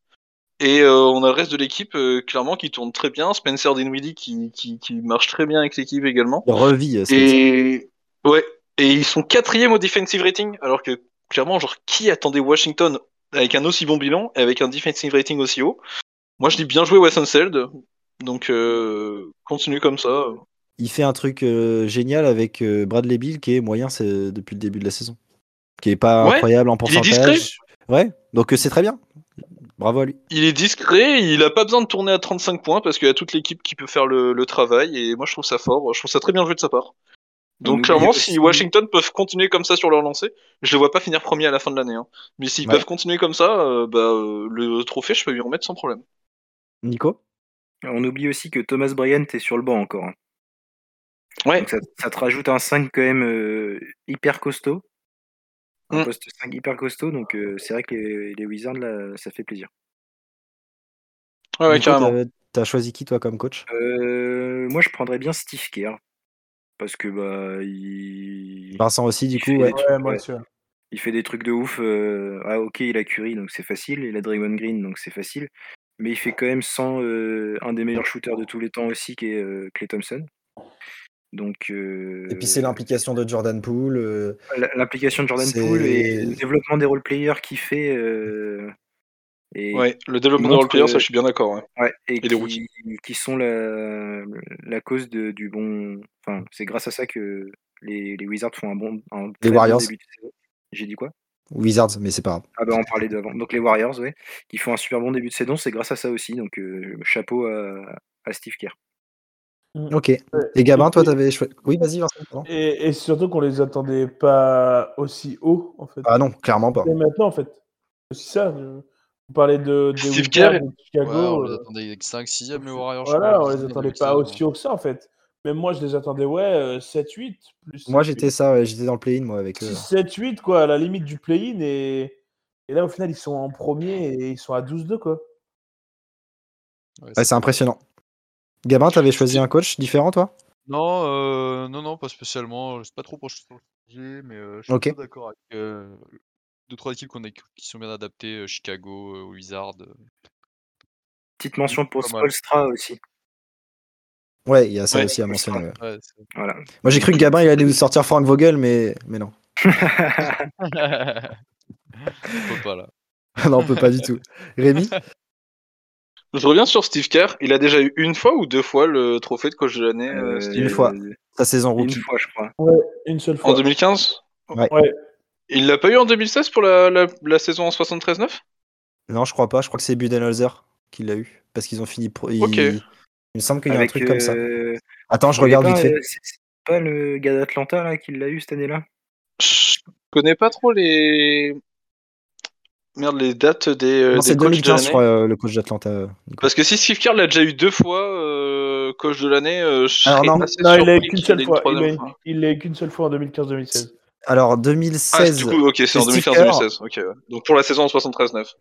S2: Et euh, on a le reste de l'équipe euh, clairement qui tourne très bien, Spencer Dinwiddie qui, qui, qui marche très bien avec l'équipe également.
S1: Il revit. euh, ce qu'il dit.
S2: Et ouais, et ils sont quatrième au defensive rating, alors que clairement, genre qui attendait Washington avec un aussi bon bilan et avec un defensive rating aussi haut Moi, je dis bien joué Wes Unseld, donc euh, continue comme ça.
S1: il fait un truc euh, génial avec euh, Bradley Bill qui est moyen c'est euh, depuis le début de la saison. Qui est pas
S2: Ouais,
S1: incroyable en
S2: il est
S1: pourcentage.
S2: discret.
S1: ouais, donc euh, c'est très bien. Bravo à lui.
S2: Il est discret, il a pas besoin de tourner à 35 points parce qu'il y a toute l'équipe qui peut faire le, le travail et moi je trouve ça fort, je trouve ça très bien joué de sa part.
S3: On
S2: Donc clairement,
S3: oublie
S2: si
S3: aussi-
S2: Washington peuvent continuer comme ça sur leur lancée, je les vois pas finir premier à la fin de l'année. hein. Mais s'ils
S1: Ouais.
S2: peuvent continuer comme ça, euh, bah, euh, le trophée, je peux lui remettre sans problème.
S1: Nico
S3: On oublie aussi que Thomas Bryant est sur le banc encore. hein.
S2: Ouais,
S3: Donc ça, ça te rajoute un 5 quand même euh, hyper costaud. Un
S2: Mm.
S3: poste 5 hyper costaud. Donc euh, c'est vrai que les, les Wizards, là, ça fait plaisir.
S2: ouais, ouais,
S1: Nico,
S2: carrément.
S1: t'as- T'as choisi qui toi comme coach
S3: Euh, moi, je prendrais bien Steve Kerr. Parce que bah, il...
S1: Vincent aussi du
S3: il
S1: coup.
S3: fait
S1: ouais.
S3: des trucs,
S5: Ouais, moi,
S3: ouais.
S5: aussi, ouais.
S3: Il fait des trucs de ouf. euh, Ah, ok, il a Curry, donc c'est facile. Il a Draymond Green, donc c'est facile. Mais il fait quand même sans euh, un des meilleurs shooters de tous les temps aussi, qui est euh, Klay Thompson. Donc, euh,
S1: Et puis c'est l'implication de Jordan Poole. euh,
S3: l- l'application de Jordan
S1: C'est-
S3: Poole et le développement des roleplayers qu'il fait. euh, et
S2: Ouais, le développement de
S3: montre,
S2: roleplayer, ça
S3: euh,
S2: je suis bien d'accord. ouais.
S3: Ouais, et,
S2: des rookies.
S3: qui, qui sont la, la cause de- du bon. Enfin, c'est grâce à ça que les, les Wizards font un bon. Un très bon
S1: Warriors.
S3: début de saison. J'ai dit quoi
S1: Wizards, mais c'est pas grave.
S3: Ah bah on parlait d'avant. Donc les Warriors, ouais, qui font un super bon début de saison, c'est grâce à ça aussi. Donc euh, chapeau à, à Steve Kerr.
S1: Ok. Et Gabin, toi, t'avais. choi- Oui, vas-y, Vincent. pardon.
S5: Et, et surtout qu'on les attendait pas aussi haut, en fait.
S1: Ah non, clairement pas.
S5: Et maintenant, en fait. C'est aussi ça. euh, On parlait de, des
S2: Steve
S5: Wizards,
S2: Kerr.
S5: de
S4: Ouais, on
S5: Chicago.
S4: les
S5: euh,
S4: attendait avec 5 6 les Warriors. je
S5: voilà,
S4: crois.
S5: on les attendait
S4: Ça,
S5: pas aussi haut que ça, en fait. Même moi, je les attendais, ouais, 7-8. Plus
S1: Moi, j'étais ça, ouais, j'étais dans le play-in, moi, avec euh, eux.
S5: 7-8, quoi, à la limite du play-in. Et... et là, au final, ils sont en premier et ils sont à 12-2, quoi.
S4: ouais,
S1: Ouais,
S4: c'est-
S1: Ah, c'est impressionnant. Gabin, t'avais choisi un coach différent, toi
S4: Non, euh, non, non, pas spécialement. C'est pas trop pour changer, mais euh, je suis
S1: Ok.
S4: plutôt d'accord avec euh, deux trois équipes qu'on a- qui sont bien adaptées. euh, Chicago, euh, Wizard. euh.
S3: Petite mention pour
S4: Pas mal.
S3: Spolstra aussi.
S1: Ouais, il y a ça
S2: Ouais.
S1: aussi à mentionner. ouais.
S4: Ouais, c'est-
S3: Voilà.
S1: Moi, j'ai cru que Gabin, il allait nous sortir Frank Vogel, mais, mais non.
S4: On peut pas là.
S1: non, on peut pas du tout. Rémi
S2: Je reviens sur Steve Kerr. Il a déjà eu une fois ou deux fois le trophée de coach de l'année, euh,
S3: Euh,
S2: Steve
S1: une fois. Sa saison
S3: Une
S1: rookie.
S3: fois, je crois.
S5: Une seule fois.
S2: En 2015
S1: Ouais.
S5: Ouais.
S2: Il l'a pas eu en 2016 pour la, la- la saison en 73-9
S1: Non, je crois pas. Je crois que c'est Budenholzer qui l'a eu. Parce qu'ils ont fini. pro- ils-
S2: Ok.
S1: Il me semble qu'il y a un
S3: Avec,
S1: truc comme ça.
S3: euh,
S1: Attends, je regarde
S3: il y a
S1: vite
S3: pas,
S1: fait.
S3: euh, c'est- c'est pas le gars d'Atlanta là qui l'a eu cette année-là
S2: Je connais pas trop les. Merde, les dates des, euh,
S1: Non,
S2: des
S1: c'est
S2: coachs de
S1: 2015, je
S2: l'année.
S1: crois, euh, le coach d'Atlanta. euh, Nico.
S2: Parce que si Steve Kerr l'a déjà eu deux fois, euh, coach de l'année, euh, je
S1: Alors
S2: serais
S1: non,
S2: assez
S5: Non, il l'a eu
S2: surpris
S5: qu'une
S2: qu'il
S5: seule
S2: ait une
S5: fois. Il
S2: troisième
S5: l'a eu-
S2: fois.
S5: il l'a eu qu'une seule fois en 2015-2016.
S1: Alors,
S2: Ah, c'est
S1: 2016,
S2: du coup, ok, c'est en
S1: Steve
S2: 2015-2016. ok, ouais. Donc pour la saison en 73-9.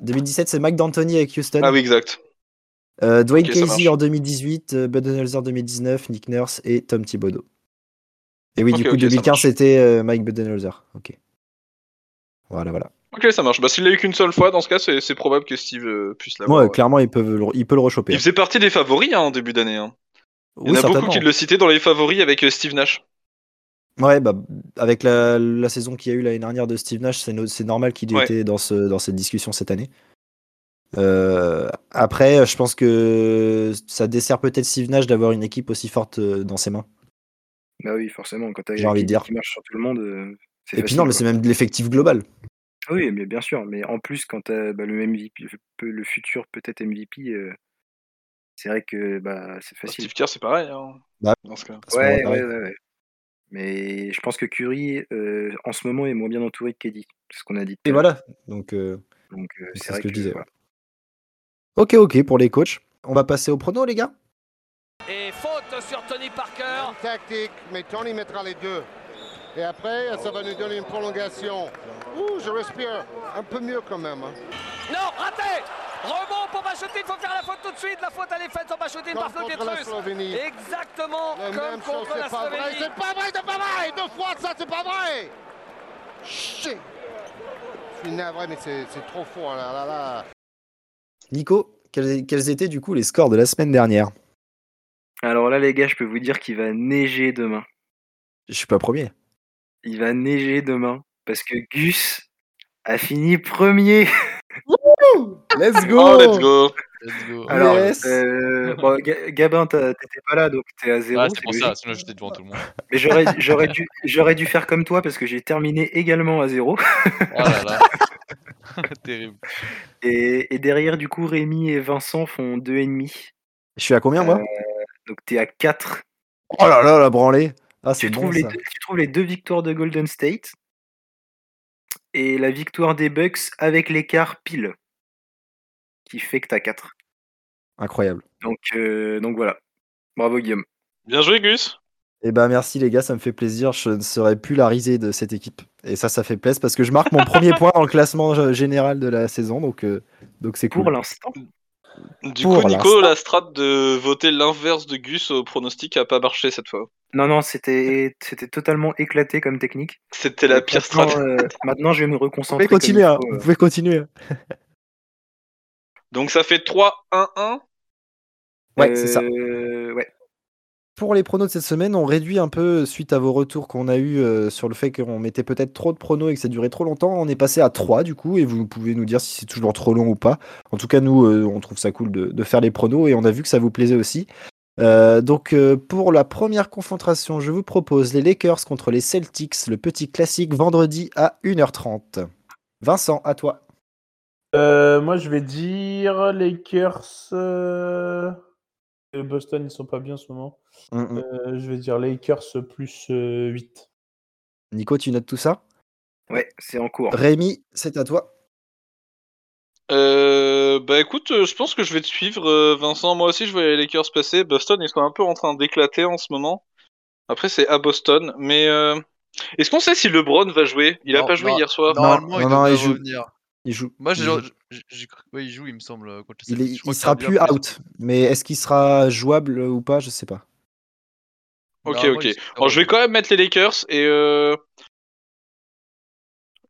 S1: 2017, c'est Mike D'Antoni avec Houston.
S2: Ah oui, exact.
S1: Euh, Dwayne
S2: Ok, ça
S1: Casey
S2: marche.
S1: en 2018, euh, Budenholzer 2019, Nick Nurse et Tom Thibodeau. Et oui,
S2: Ok,
S1: du coup,
S2: ok, ça
S1: 2015,
S2: marche.
S1: c'était euh, Mike Budenholzer. Ok. Voilà, voilà.
S2: Ok, ça marche. Bah, s'il l'a eu qu'une seule fois, dans ce cas, c'est c'est probable que Steve euh, puisse
S1: Moi,
S2: l'avoir. ouais.
S1: clairement, ils peuvent le, il peut le rechoper.
S2: Il faisait partie des favoris hein, en début d'année. hein. Il
S1: Oui,
S2: y en a beaucoup
S1: certainement.
S2: qui le citaient dans les favoris avec euh, Steve Nash.
S1: Ouais, bah, avec la, la saison qu'il y a eu l'année dernière de Steve Nash, c'est no- c'est normal qu'il ait
S2: Ouais.
S1: été dans, ce, dans cette discussion cette année. Euh, après, je pense que ça dessert peut-être Steve Nash d'avoir une équipe aussi forte euh, dans ses mains.
S3: Bah oui, forcément. Quand t'as
S1: J'ai envie de
S3: qui-
S1: dire.
S3: qui marche sur tout le monde, euh, c'est
S1: Et puis non, mais c'est
S3: facile,
S1: même de l'effectif global.
S3: quoi. Oui, mais bien sûr. Mais en plus, quand t'as bah, le MVP, le futur peut-être MVP, euh, c'est vrai que bah, c'est facile.
S2: Steve Kerr, c'est pareil. hein,
S1: Bah.
S2: dans ce cas.
S1: À ce
S3: Ouais,
S1: moment-là.
S3: ouais, ouais, ouais. Mais je pense que Curry, euh, en ce moment, est moins bien entouré que KD. C'est ce qu'on a dit.
S1: Et
S3: tout à l'heure.
S1: voilà. Donc, euh,
S3: Donc, euh,
S1: C'est
S3: c'est
S1: ce
S3: vrai
S1: que
S3: que,
S1: je disais,
S3: voilà.
S1: ok, ok pour les coachs. On va passer au prono, les gars.
S6: Et faute sur Tony Parker.
S7: Tactique, mais Tony mettra les deux. Et après, ça va nous donner une prolongation. Ouh, je respire un peu mieux quand même. hein.
S6: Non, raté Rebond pour Bachoutine, faut faire la faute tout de suite. La faute, elle est faite sur Bachoutine par
S7: Comme
S6: Claude
S7: contre la
S6: Pietrus.
S7: Slovénie.
S6: Exactement
S7: La
S6: comme
S7: même chose,
S6: contre la
S7: c'est pas vrai.
S6: Slovénie.
S7: C'est pas vrai, c'est pas vrai. Deux fois ça, c'est pas vrai. Shit. Je suis navré, mais c'est c'est trop fort. Là, là, là.
S1: Nico, quels, quels étaient du coup les scores de la semaine dernière
S3: Alors là, les gars, je peux vous dire qu'il va neiger demain.
S1: Je suis pas premier.
S3: Il va neiger demain. Parce que Gus a fini premier.
S1: Let's
S2: Oh, let's go
S4: Let's go.
S1: Ah,
S3: Alors,
S1: Yes.
S3: euh, bon, Ga- Gabin, t'as- t'étais pas là, donc t'es à zéro.
S4: Ah, c'est
S3: c'est
S4: pour
S3: logique.
S4: ça, sinon j'étais devant tout le monde.
S3: Mais j'aurais, j'aurais dû, j'aurais dû faire comme toi parce que j'ai terminé également à zéro.
S4: Oh là là. Terrible.
S3: Et, et derrière, du coup, Rémi et Vincent font deux et demi.
S1: Je suis à combien moi
S2: Euh,
S3: Donc t'es à 4.
S1: Oh là là, la branlée. Ah, c'est
S3: Tu,
S1: bon
S3: trouves les
S1: ça.
S3: deux, tu trouves les deux victoires de Golden State et la victoire des Bucks avec l'écart pile qui fait que t'as 4.
S1: Incroyable.
S3: Donc, euh, donc voilà. Bravo Guillaume.
S2: Bien joué, Gus
S1: Eh ben merci les gars, ça me fait plaisir. Je ne serai plus la risée de cette équipe. Et ça, ça fait plaisir parce que je marque mon premier point dans le classement euh, général de la saison. Donc euh, donc c'est
S3: Pour
S1: cool.
S3: l'instant,
S2: Du
S1: Pour
S2: coup, Nico,
S1: l'instant.
S2: la strat de voter l'inverse de Gus au pronostic a pas marché cette fois.
S3: non, non, c'était, c'était totalement éclaté comme technique.
S2: C'était la
S3: Donc
S2: pire
S3: maintenant,
S2: strat.
S3: euh, maintenant, je vais me
S1: Vous
S3: reconcentrer.
S1: pouvez continuer.
S3: comme
S1: hein,
S3: il faut,
S1: Vous
S3: euh.
S1: pouvez continuer.
S2: Donc ça fait 3-1-1.
S1: Ouais, c'est ça.
S3: Euh, ouais.
S1: pour les pronos de cette semaine, on réduit un peu suite à vos retours qu'on a eu sur le fait qu'on mettait peut-être trop de pronos et que ça durait trop longtemps. On est passé à 3 du coup et vous pouvez nous dire si c'est toujours trop long ou pas. En tout cas, nous, euh, on trouve ça cool de, de faire les pronos et on a vu que ça vous plaisait aussi. Euh, donc euh, pour la première confrontation, je vous propose les Lakers contre les Celtics, le petit classique vendredi à 1h30. Vincent, à toi.
S5: Euh, moi, je vais dire Lakers. euh, euh, Boston, ils sont pas bien en ce moment. Euh, je vais dire Lakers plus euh, 8.
S1: Nico, tu notes tout ça
S3: Ouais, c'est en cours.
S1: Rémi, c'est à toi.
S2: Euh, bah écoute, euh, je pense que je vais te suivre, euh, Vincent. Moi aussi, je vois les Lakers passer. Boston, ils sont un peu en train d'éclater en ce moment. Après, c'est à Boston. Mais euh, est-ce qu'on sait si LeBron va jouer Il a
S4: Non,
S2: pas joué
S4: non,
S2: hier soir.
S4: Normalement, il
S1: non, non,
S4: devrait
S1: il joue.
S4: revenir.
S1: Il joue.
S4: Moi,
S1: il
S4: j'ai,
S1: joue.
S4: j'ai- j'ai cru- ouais, il joue, il me semble. euh, Contre les
S1: Il,
S4: Celtics.
S1: est-
S4: Je crois
S1: il
S4: qu'il
S1: sera
S4: revient
S1: plus
S4: après-
S1: out, mais est-ce qu'il sera jouable ou pas Je sais pas.
S2: Ok,
S4: Normalement,
S2: ok.
S4: il-
S2: Bon, je vais quand même mettre les Lakers et euh...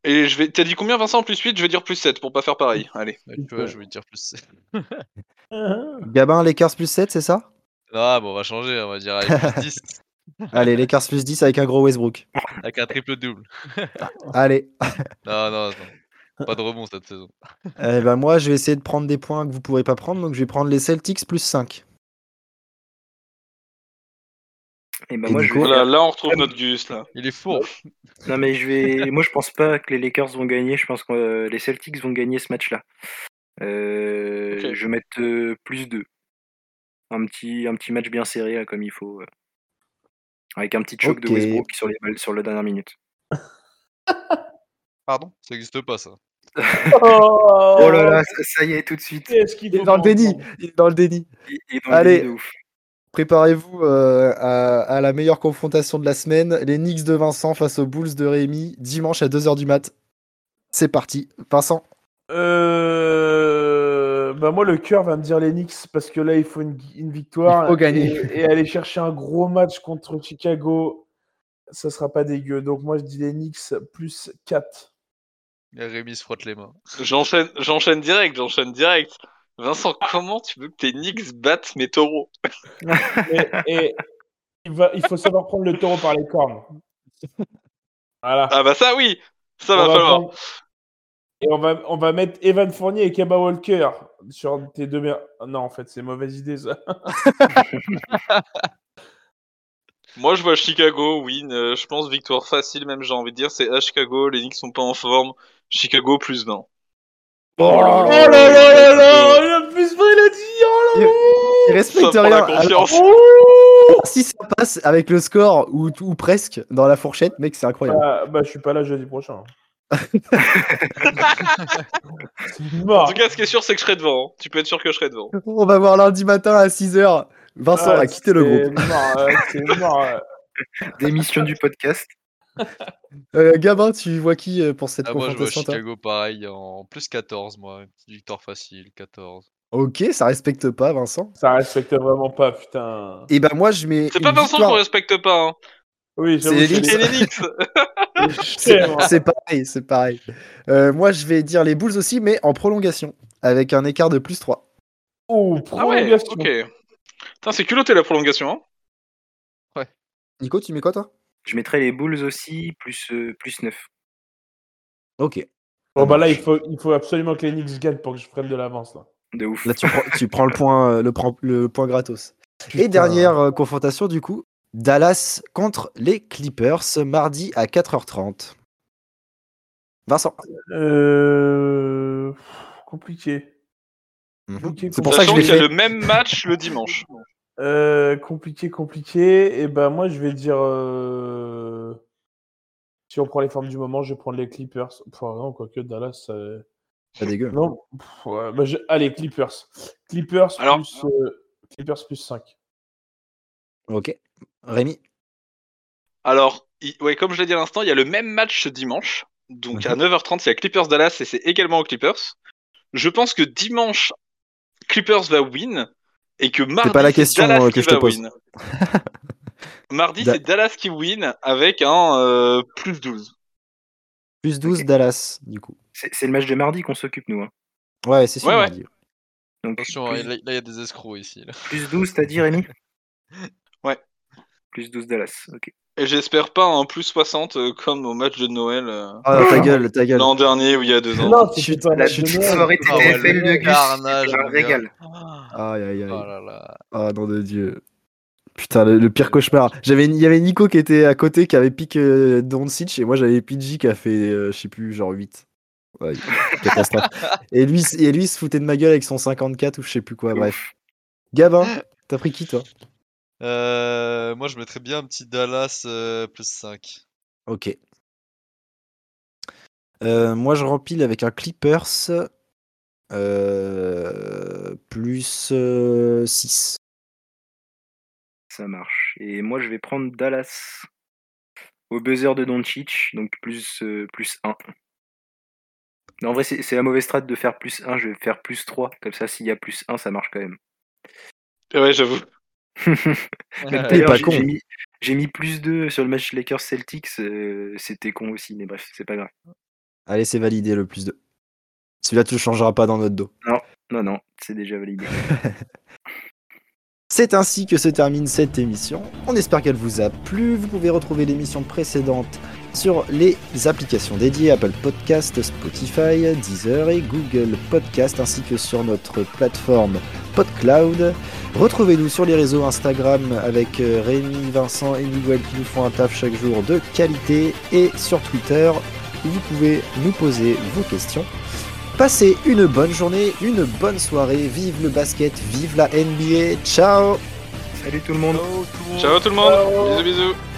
S2: et je vais. T'as dit combien, Vincent Plus 8 Je vais dire plus 7 pour pas faire pareil. Allez.
S4: Ouais, tu vois, je vais dire plus.
S1: Oh Gabin, Lakers plus 7, c'est ça
S4: Ah, bon, on va changer, on va dire allez, plus 10
S1: Allez, Lakers plus 10 avec un gros Westbrook.
S4: avec un triple double.
S1: Allez.
S4: Non, non, non. Pas de rebond cette saison.
S1: Eh ben moi, je vais essayer de prendre des points que vous pourrez pas prendre, donc je vais prendre les Celtics plus 5.
S3: Et bah,
S1: Et
S3: moi, je
S1: Nico,
S3: vais...
S2: Voilà, Oh là, on retrouve notre Gus là.
S4: Il est hein. fourbe.
S3: Non, mais je vais. Moi, je pense pas que les Lakers vont gagner. Je pense que euh, les Celtics vont gagner ce match-là. Euh,
S2: Ok.
S3: Je vais mettre euh, plus 2. Un petit, un petit match bien serré, là, comme il faut. euh. Avec un petit choc
S1: Ok.
S3: de Westbrook sur les balles sur la dernière minute.
S4: Pardon Ça n'existe pas, ça.
S5: Oh,
S3: Oh là là, ça, ça y est, tout de suite.
S5: Qu'est-ce qu'il
S1: Il est
S5: faut
S1: dans le
S5: pas
S1: déni.
S5: entendre
S1: Il est dans le déni.
S3: Il- il est dans le
S1: Allez.
S3: déni de ouf.
S1: Préparez-vous euh, à, à la meilleure confrontation de la semaine, les Knicks de Vincent face aux Bulls de Rémi, dimanche à 2h du mat. C'est parti. Vincent,
S5: Euh, Bah moi le cœur va me dire les Knicks parce que là il faut une, une victoire
S1: Il faut gagner.
S5: et, et aller chercher un gros match contre Chicago ça sera pas dégueu donc moi je dis les Knicks plus 4
S4: Et Rémi se frotte les mains.
S2: J'enchaîne, j'enchaîne direct, j'enchaîne direct. Vincent, comment tu veux que tes Knicks battent mes taureaux
S5: et, et il, va, il faut savoir prendre le taureau par les cornes voilà
S2: Ah bah ça oui, ça
S5: On
S2: va
S5: va
S2: falloir.
S5: prendre- Et on va, on va mettre Evan Fournier et Kemba Walker sur tes deux mer- Non, en fait, c'est mauvaise idée, ça.
S2: Moi je vois Chicago win, euh, je pense victoire facile même j'ai envie de dire, c'est à Chicago, les Knicks sont pas en forme, Chicago plus 20.
S5: Oh là là là là Il a plus vrai, il a dit Oh là
S1: Il-
S5: là
S1: il respecte
S2: Ça prend
S1: rien.
S2: la confiance.
S1: Alors, si ça passe avec le score ou, ou presque dans la fourchette, mec, c'est incroyable.
S5: Ah, Bah, je suis pas là jeudi prochain. c'est
S2: En
S5: mort
S2: tout cas ce qui est sûr c'est que je serai devant, hein. tu peux être sûr que je serai devant.
S1: On va voir lundi matin à 6h. Vincent
S5: Ah,
S1: a quitté le
S5: c'est
S1: groupe.
S5: mort, euh, C'est mort euh.
S3: Démission du podcast.
S1: Euh, Gabin, tu vois qui euh, pour cette
S4: Ah, moi, je vois
S1: confrontation toi
S4: Chicago pareil en plus 14, moi. Une petite victoire facile, 14.
S1: Ok, ça respecte pas Vincent.
S5: Ça respecte vraiment pas, putain.
S1: Et ben moi je mets.
S2: C'est
S1: une
S2: pas Vincent qu'on
S1: victoire.
S2: respecte pas, hein.
S5: Oui, j'avoue,
S1: C'est
S5: je
S1: Knicks.
S2: c'est
S5: l'ai-
S2: les Knicks.
S5: C'est moi.
S1: C'est pareil, c'est pareil. Euh, moi je vais dire les Bulls aussi, mais en prolongation, avec un écart de plus 3.
S5: Oh,
S2: Ah ouais,
S5: prolongation.
S2: ok. Putain, c'est culotté la prolongation. Hein.
S1: Nico, tu mets quoi toi
S3: Je mettrai les Bulls aussi, plus, euh, plus 9.
S1: Ok.
S5: Bon, bah là, il faut, il faut absolument que les Knicks gagnent pour que je prenne de l'avance, là.
S3: De ouf.
S1: Là tu prends, tu prends le point, euh, le, pren- le point gratos. Et
S5: Putain.
S1: dernière euh, confrontation du coup, Dallas contre les Clippers, mardi à 4h30. Vincent.
S5: Euh... pff, Compliqué. Ok,
S1: C'est pour ça que
S2: Sachant
S1: je l'ai
S2: qu'il y a
S1: fait.
S2: le même match le dimanche.
S5: Euh, compliqué, compliqué. Et ben moi, je vais dire. euh, Si on prend les formes du moment, je vais prendre les Clippers. Enfin, non, quoique Dallas. euh,
S1: Pas dégueu.
S5: Non. pff, ouais, bah, je- Allez, Clippers. Clippers
S2: Alors-
S5: plus. euh, Clippers plus 5.
S1: Ok. Rémi.
S2: Alors, il- ouais, comme je l'ai dit à l'instant, il y a le même match ce dimanche. Donc à
S1: Mhm.
S2: 9h30, c'est à Clippers Dallas et c'est également aux Clippers. Je pense que dimanche, Clippers va win et que mardi,
S1: pas la
S2: c'est
S1: question,
S2: Dallas
S1: euh, que
S2: qui
S1: je te
S2: va
S1: pose.
S2: win. mardi,
S1: Da-
S2: c'est Dallas qui win avec un euh, plus 12.
S1: Plus 12
S3: Ok.
S1: Dallas, du coup.
S3: C'est c'est le match de mardi qu'on s'occupe, nous. hein.
S1: Ouais, c'est sûr.
S2: Ouais, ouais.
S1: mardi.
S3: Donc,
S4: Attention, hein,
S3: plus,
S4: là, il y a des escrocs ici. là.
S3: plus 12, t'as dit, Rémi
S2: Ouais.
S3: Plus 12 Dallas. Ok.
S2: Et j'espère pas un plus 60 euh, comme au match de Noël euh,
S1: Ah, ta gueule, ta gueule.
S2: l'an dernier où il y a deux ans.
S5: Non, c'est
S1: Chut,
S5: putain,
S1: la
S5: match de
S1: chute
S5: Noël.
S3: soirée
S4: Ah ouais,
S3: TTFL de
S4: le
S3: Gus.
S4: carnage,
S3: c'était un
S4: mon gars.
S3: régal.
S4: Ah
S1: Aïe, aïe, aïe.
S4: là là.
S1: Ah, nom de Dieu. Putain, le, le pire cauchemar. J'avais, il y avait Nico qui était à côté qui avait piqué euh, Doncic et moi j'avais Pidgey qui a fait, euh, je sais plus, genre 8. Ouais, catastrophe. et lui, s- et lui il se foutait de ma gueule avec son 54 ou je sais plus quoi. Bref. Gabin, t'as pris qui toi
S4: Euh, moi, je mettrais bien un petit Dallas euh, plus 5.
S1: Ok. Euh, moi, je rempile avec un Clippers euh, plus euh, 6.
S3: Ça marche. Et moi, je vais prendre Dallas au buzzer de Doncic, donc plus, euh, plus 1. en vrai, c'est c'est la mauvaise strat de faire plus 1, je vais faire plus 3. Comme ça, s'il y a plus 1, ça marche quand même.
S2: Ouais, j'avoue.
S3: Même
S1: T'es
S3: d'ailleurs,
S1: pas
S3: j'ai-
S1: con.
S3: J'ai mis, j'ai mis plus 2 sur le match Lakers-Celtics, euh, c'était con aussi, mais bref, c'est pas grave.
S1: Allez, c'est validé le plus 2. Celui-là, tu le changeras pas dans notre dos.
S3: Non, non, c'est déjà validé.
S1: C'est ainsi que se termine cette émission. On espère qu'elle vous a plu. Vous pouvez retrouver l'émission précédente sur les applications dédiées Apple Podcast, Spotify, Deezer et Google Podcast, ainsi que sur notre plateforme PodCloud. Retrouvez-nous sur les réseaux Instagram avec euh, Rémi, Vincent et Miguel qui nous font un taf chaque jour de qualité et sur Twitter où vous pouvez nous poser vos questions. Passez une bonne journée, une bonne soirée. Vive le basket, vive la NBA. Ciao
S3: Salut tout le monde!
S2: Ciao tout le monde. Bisous, bisous.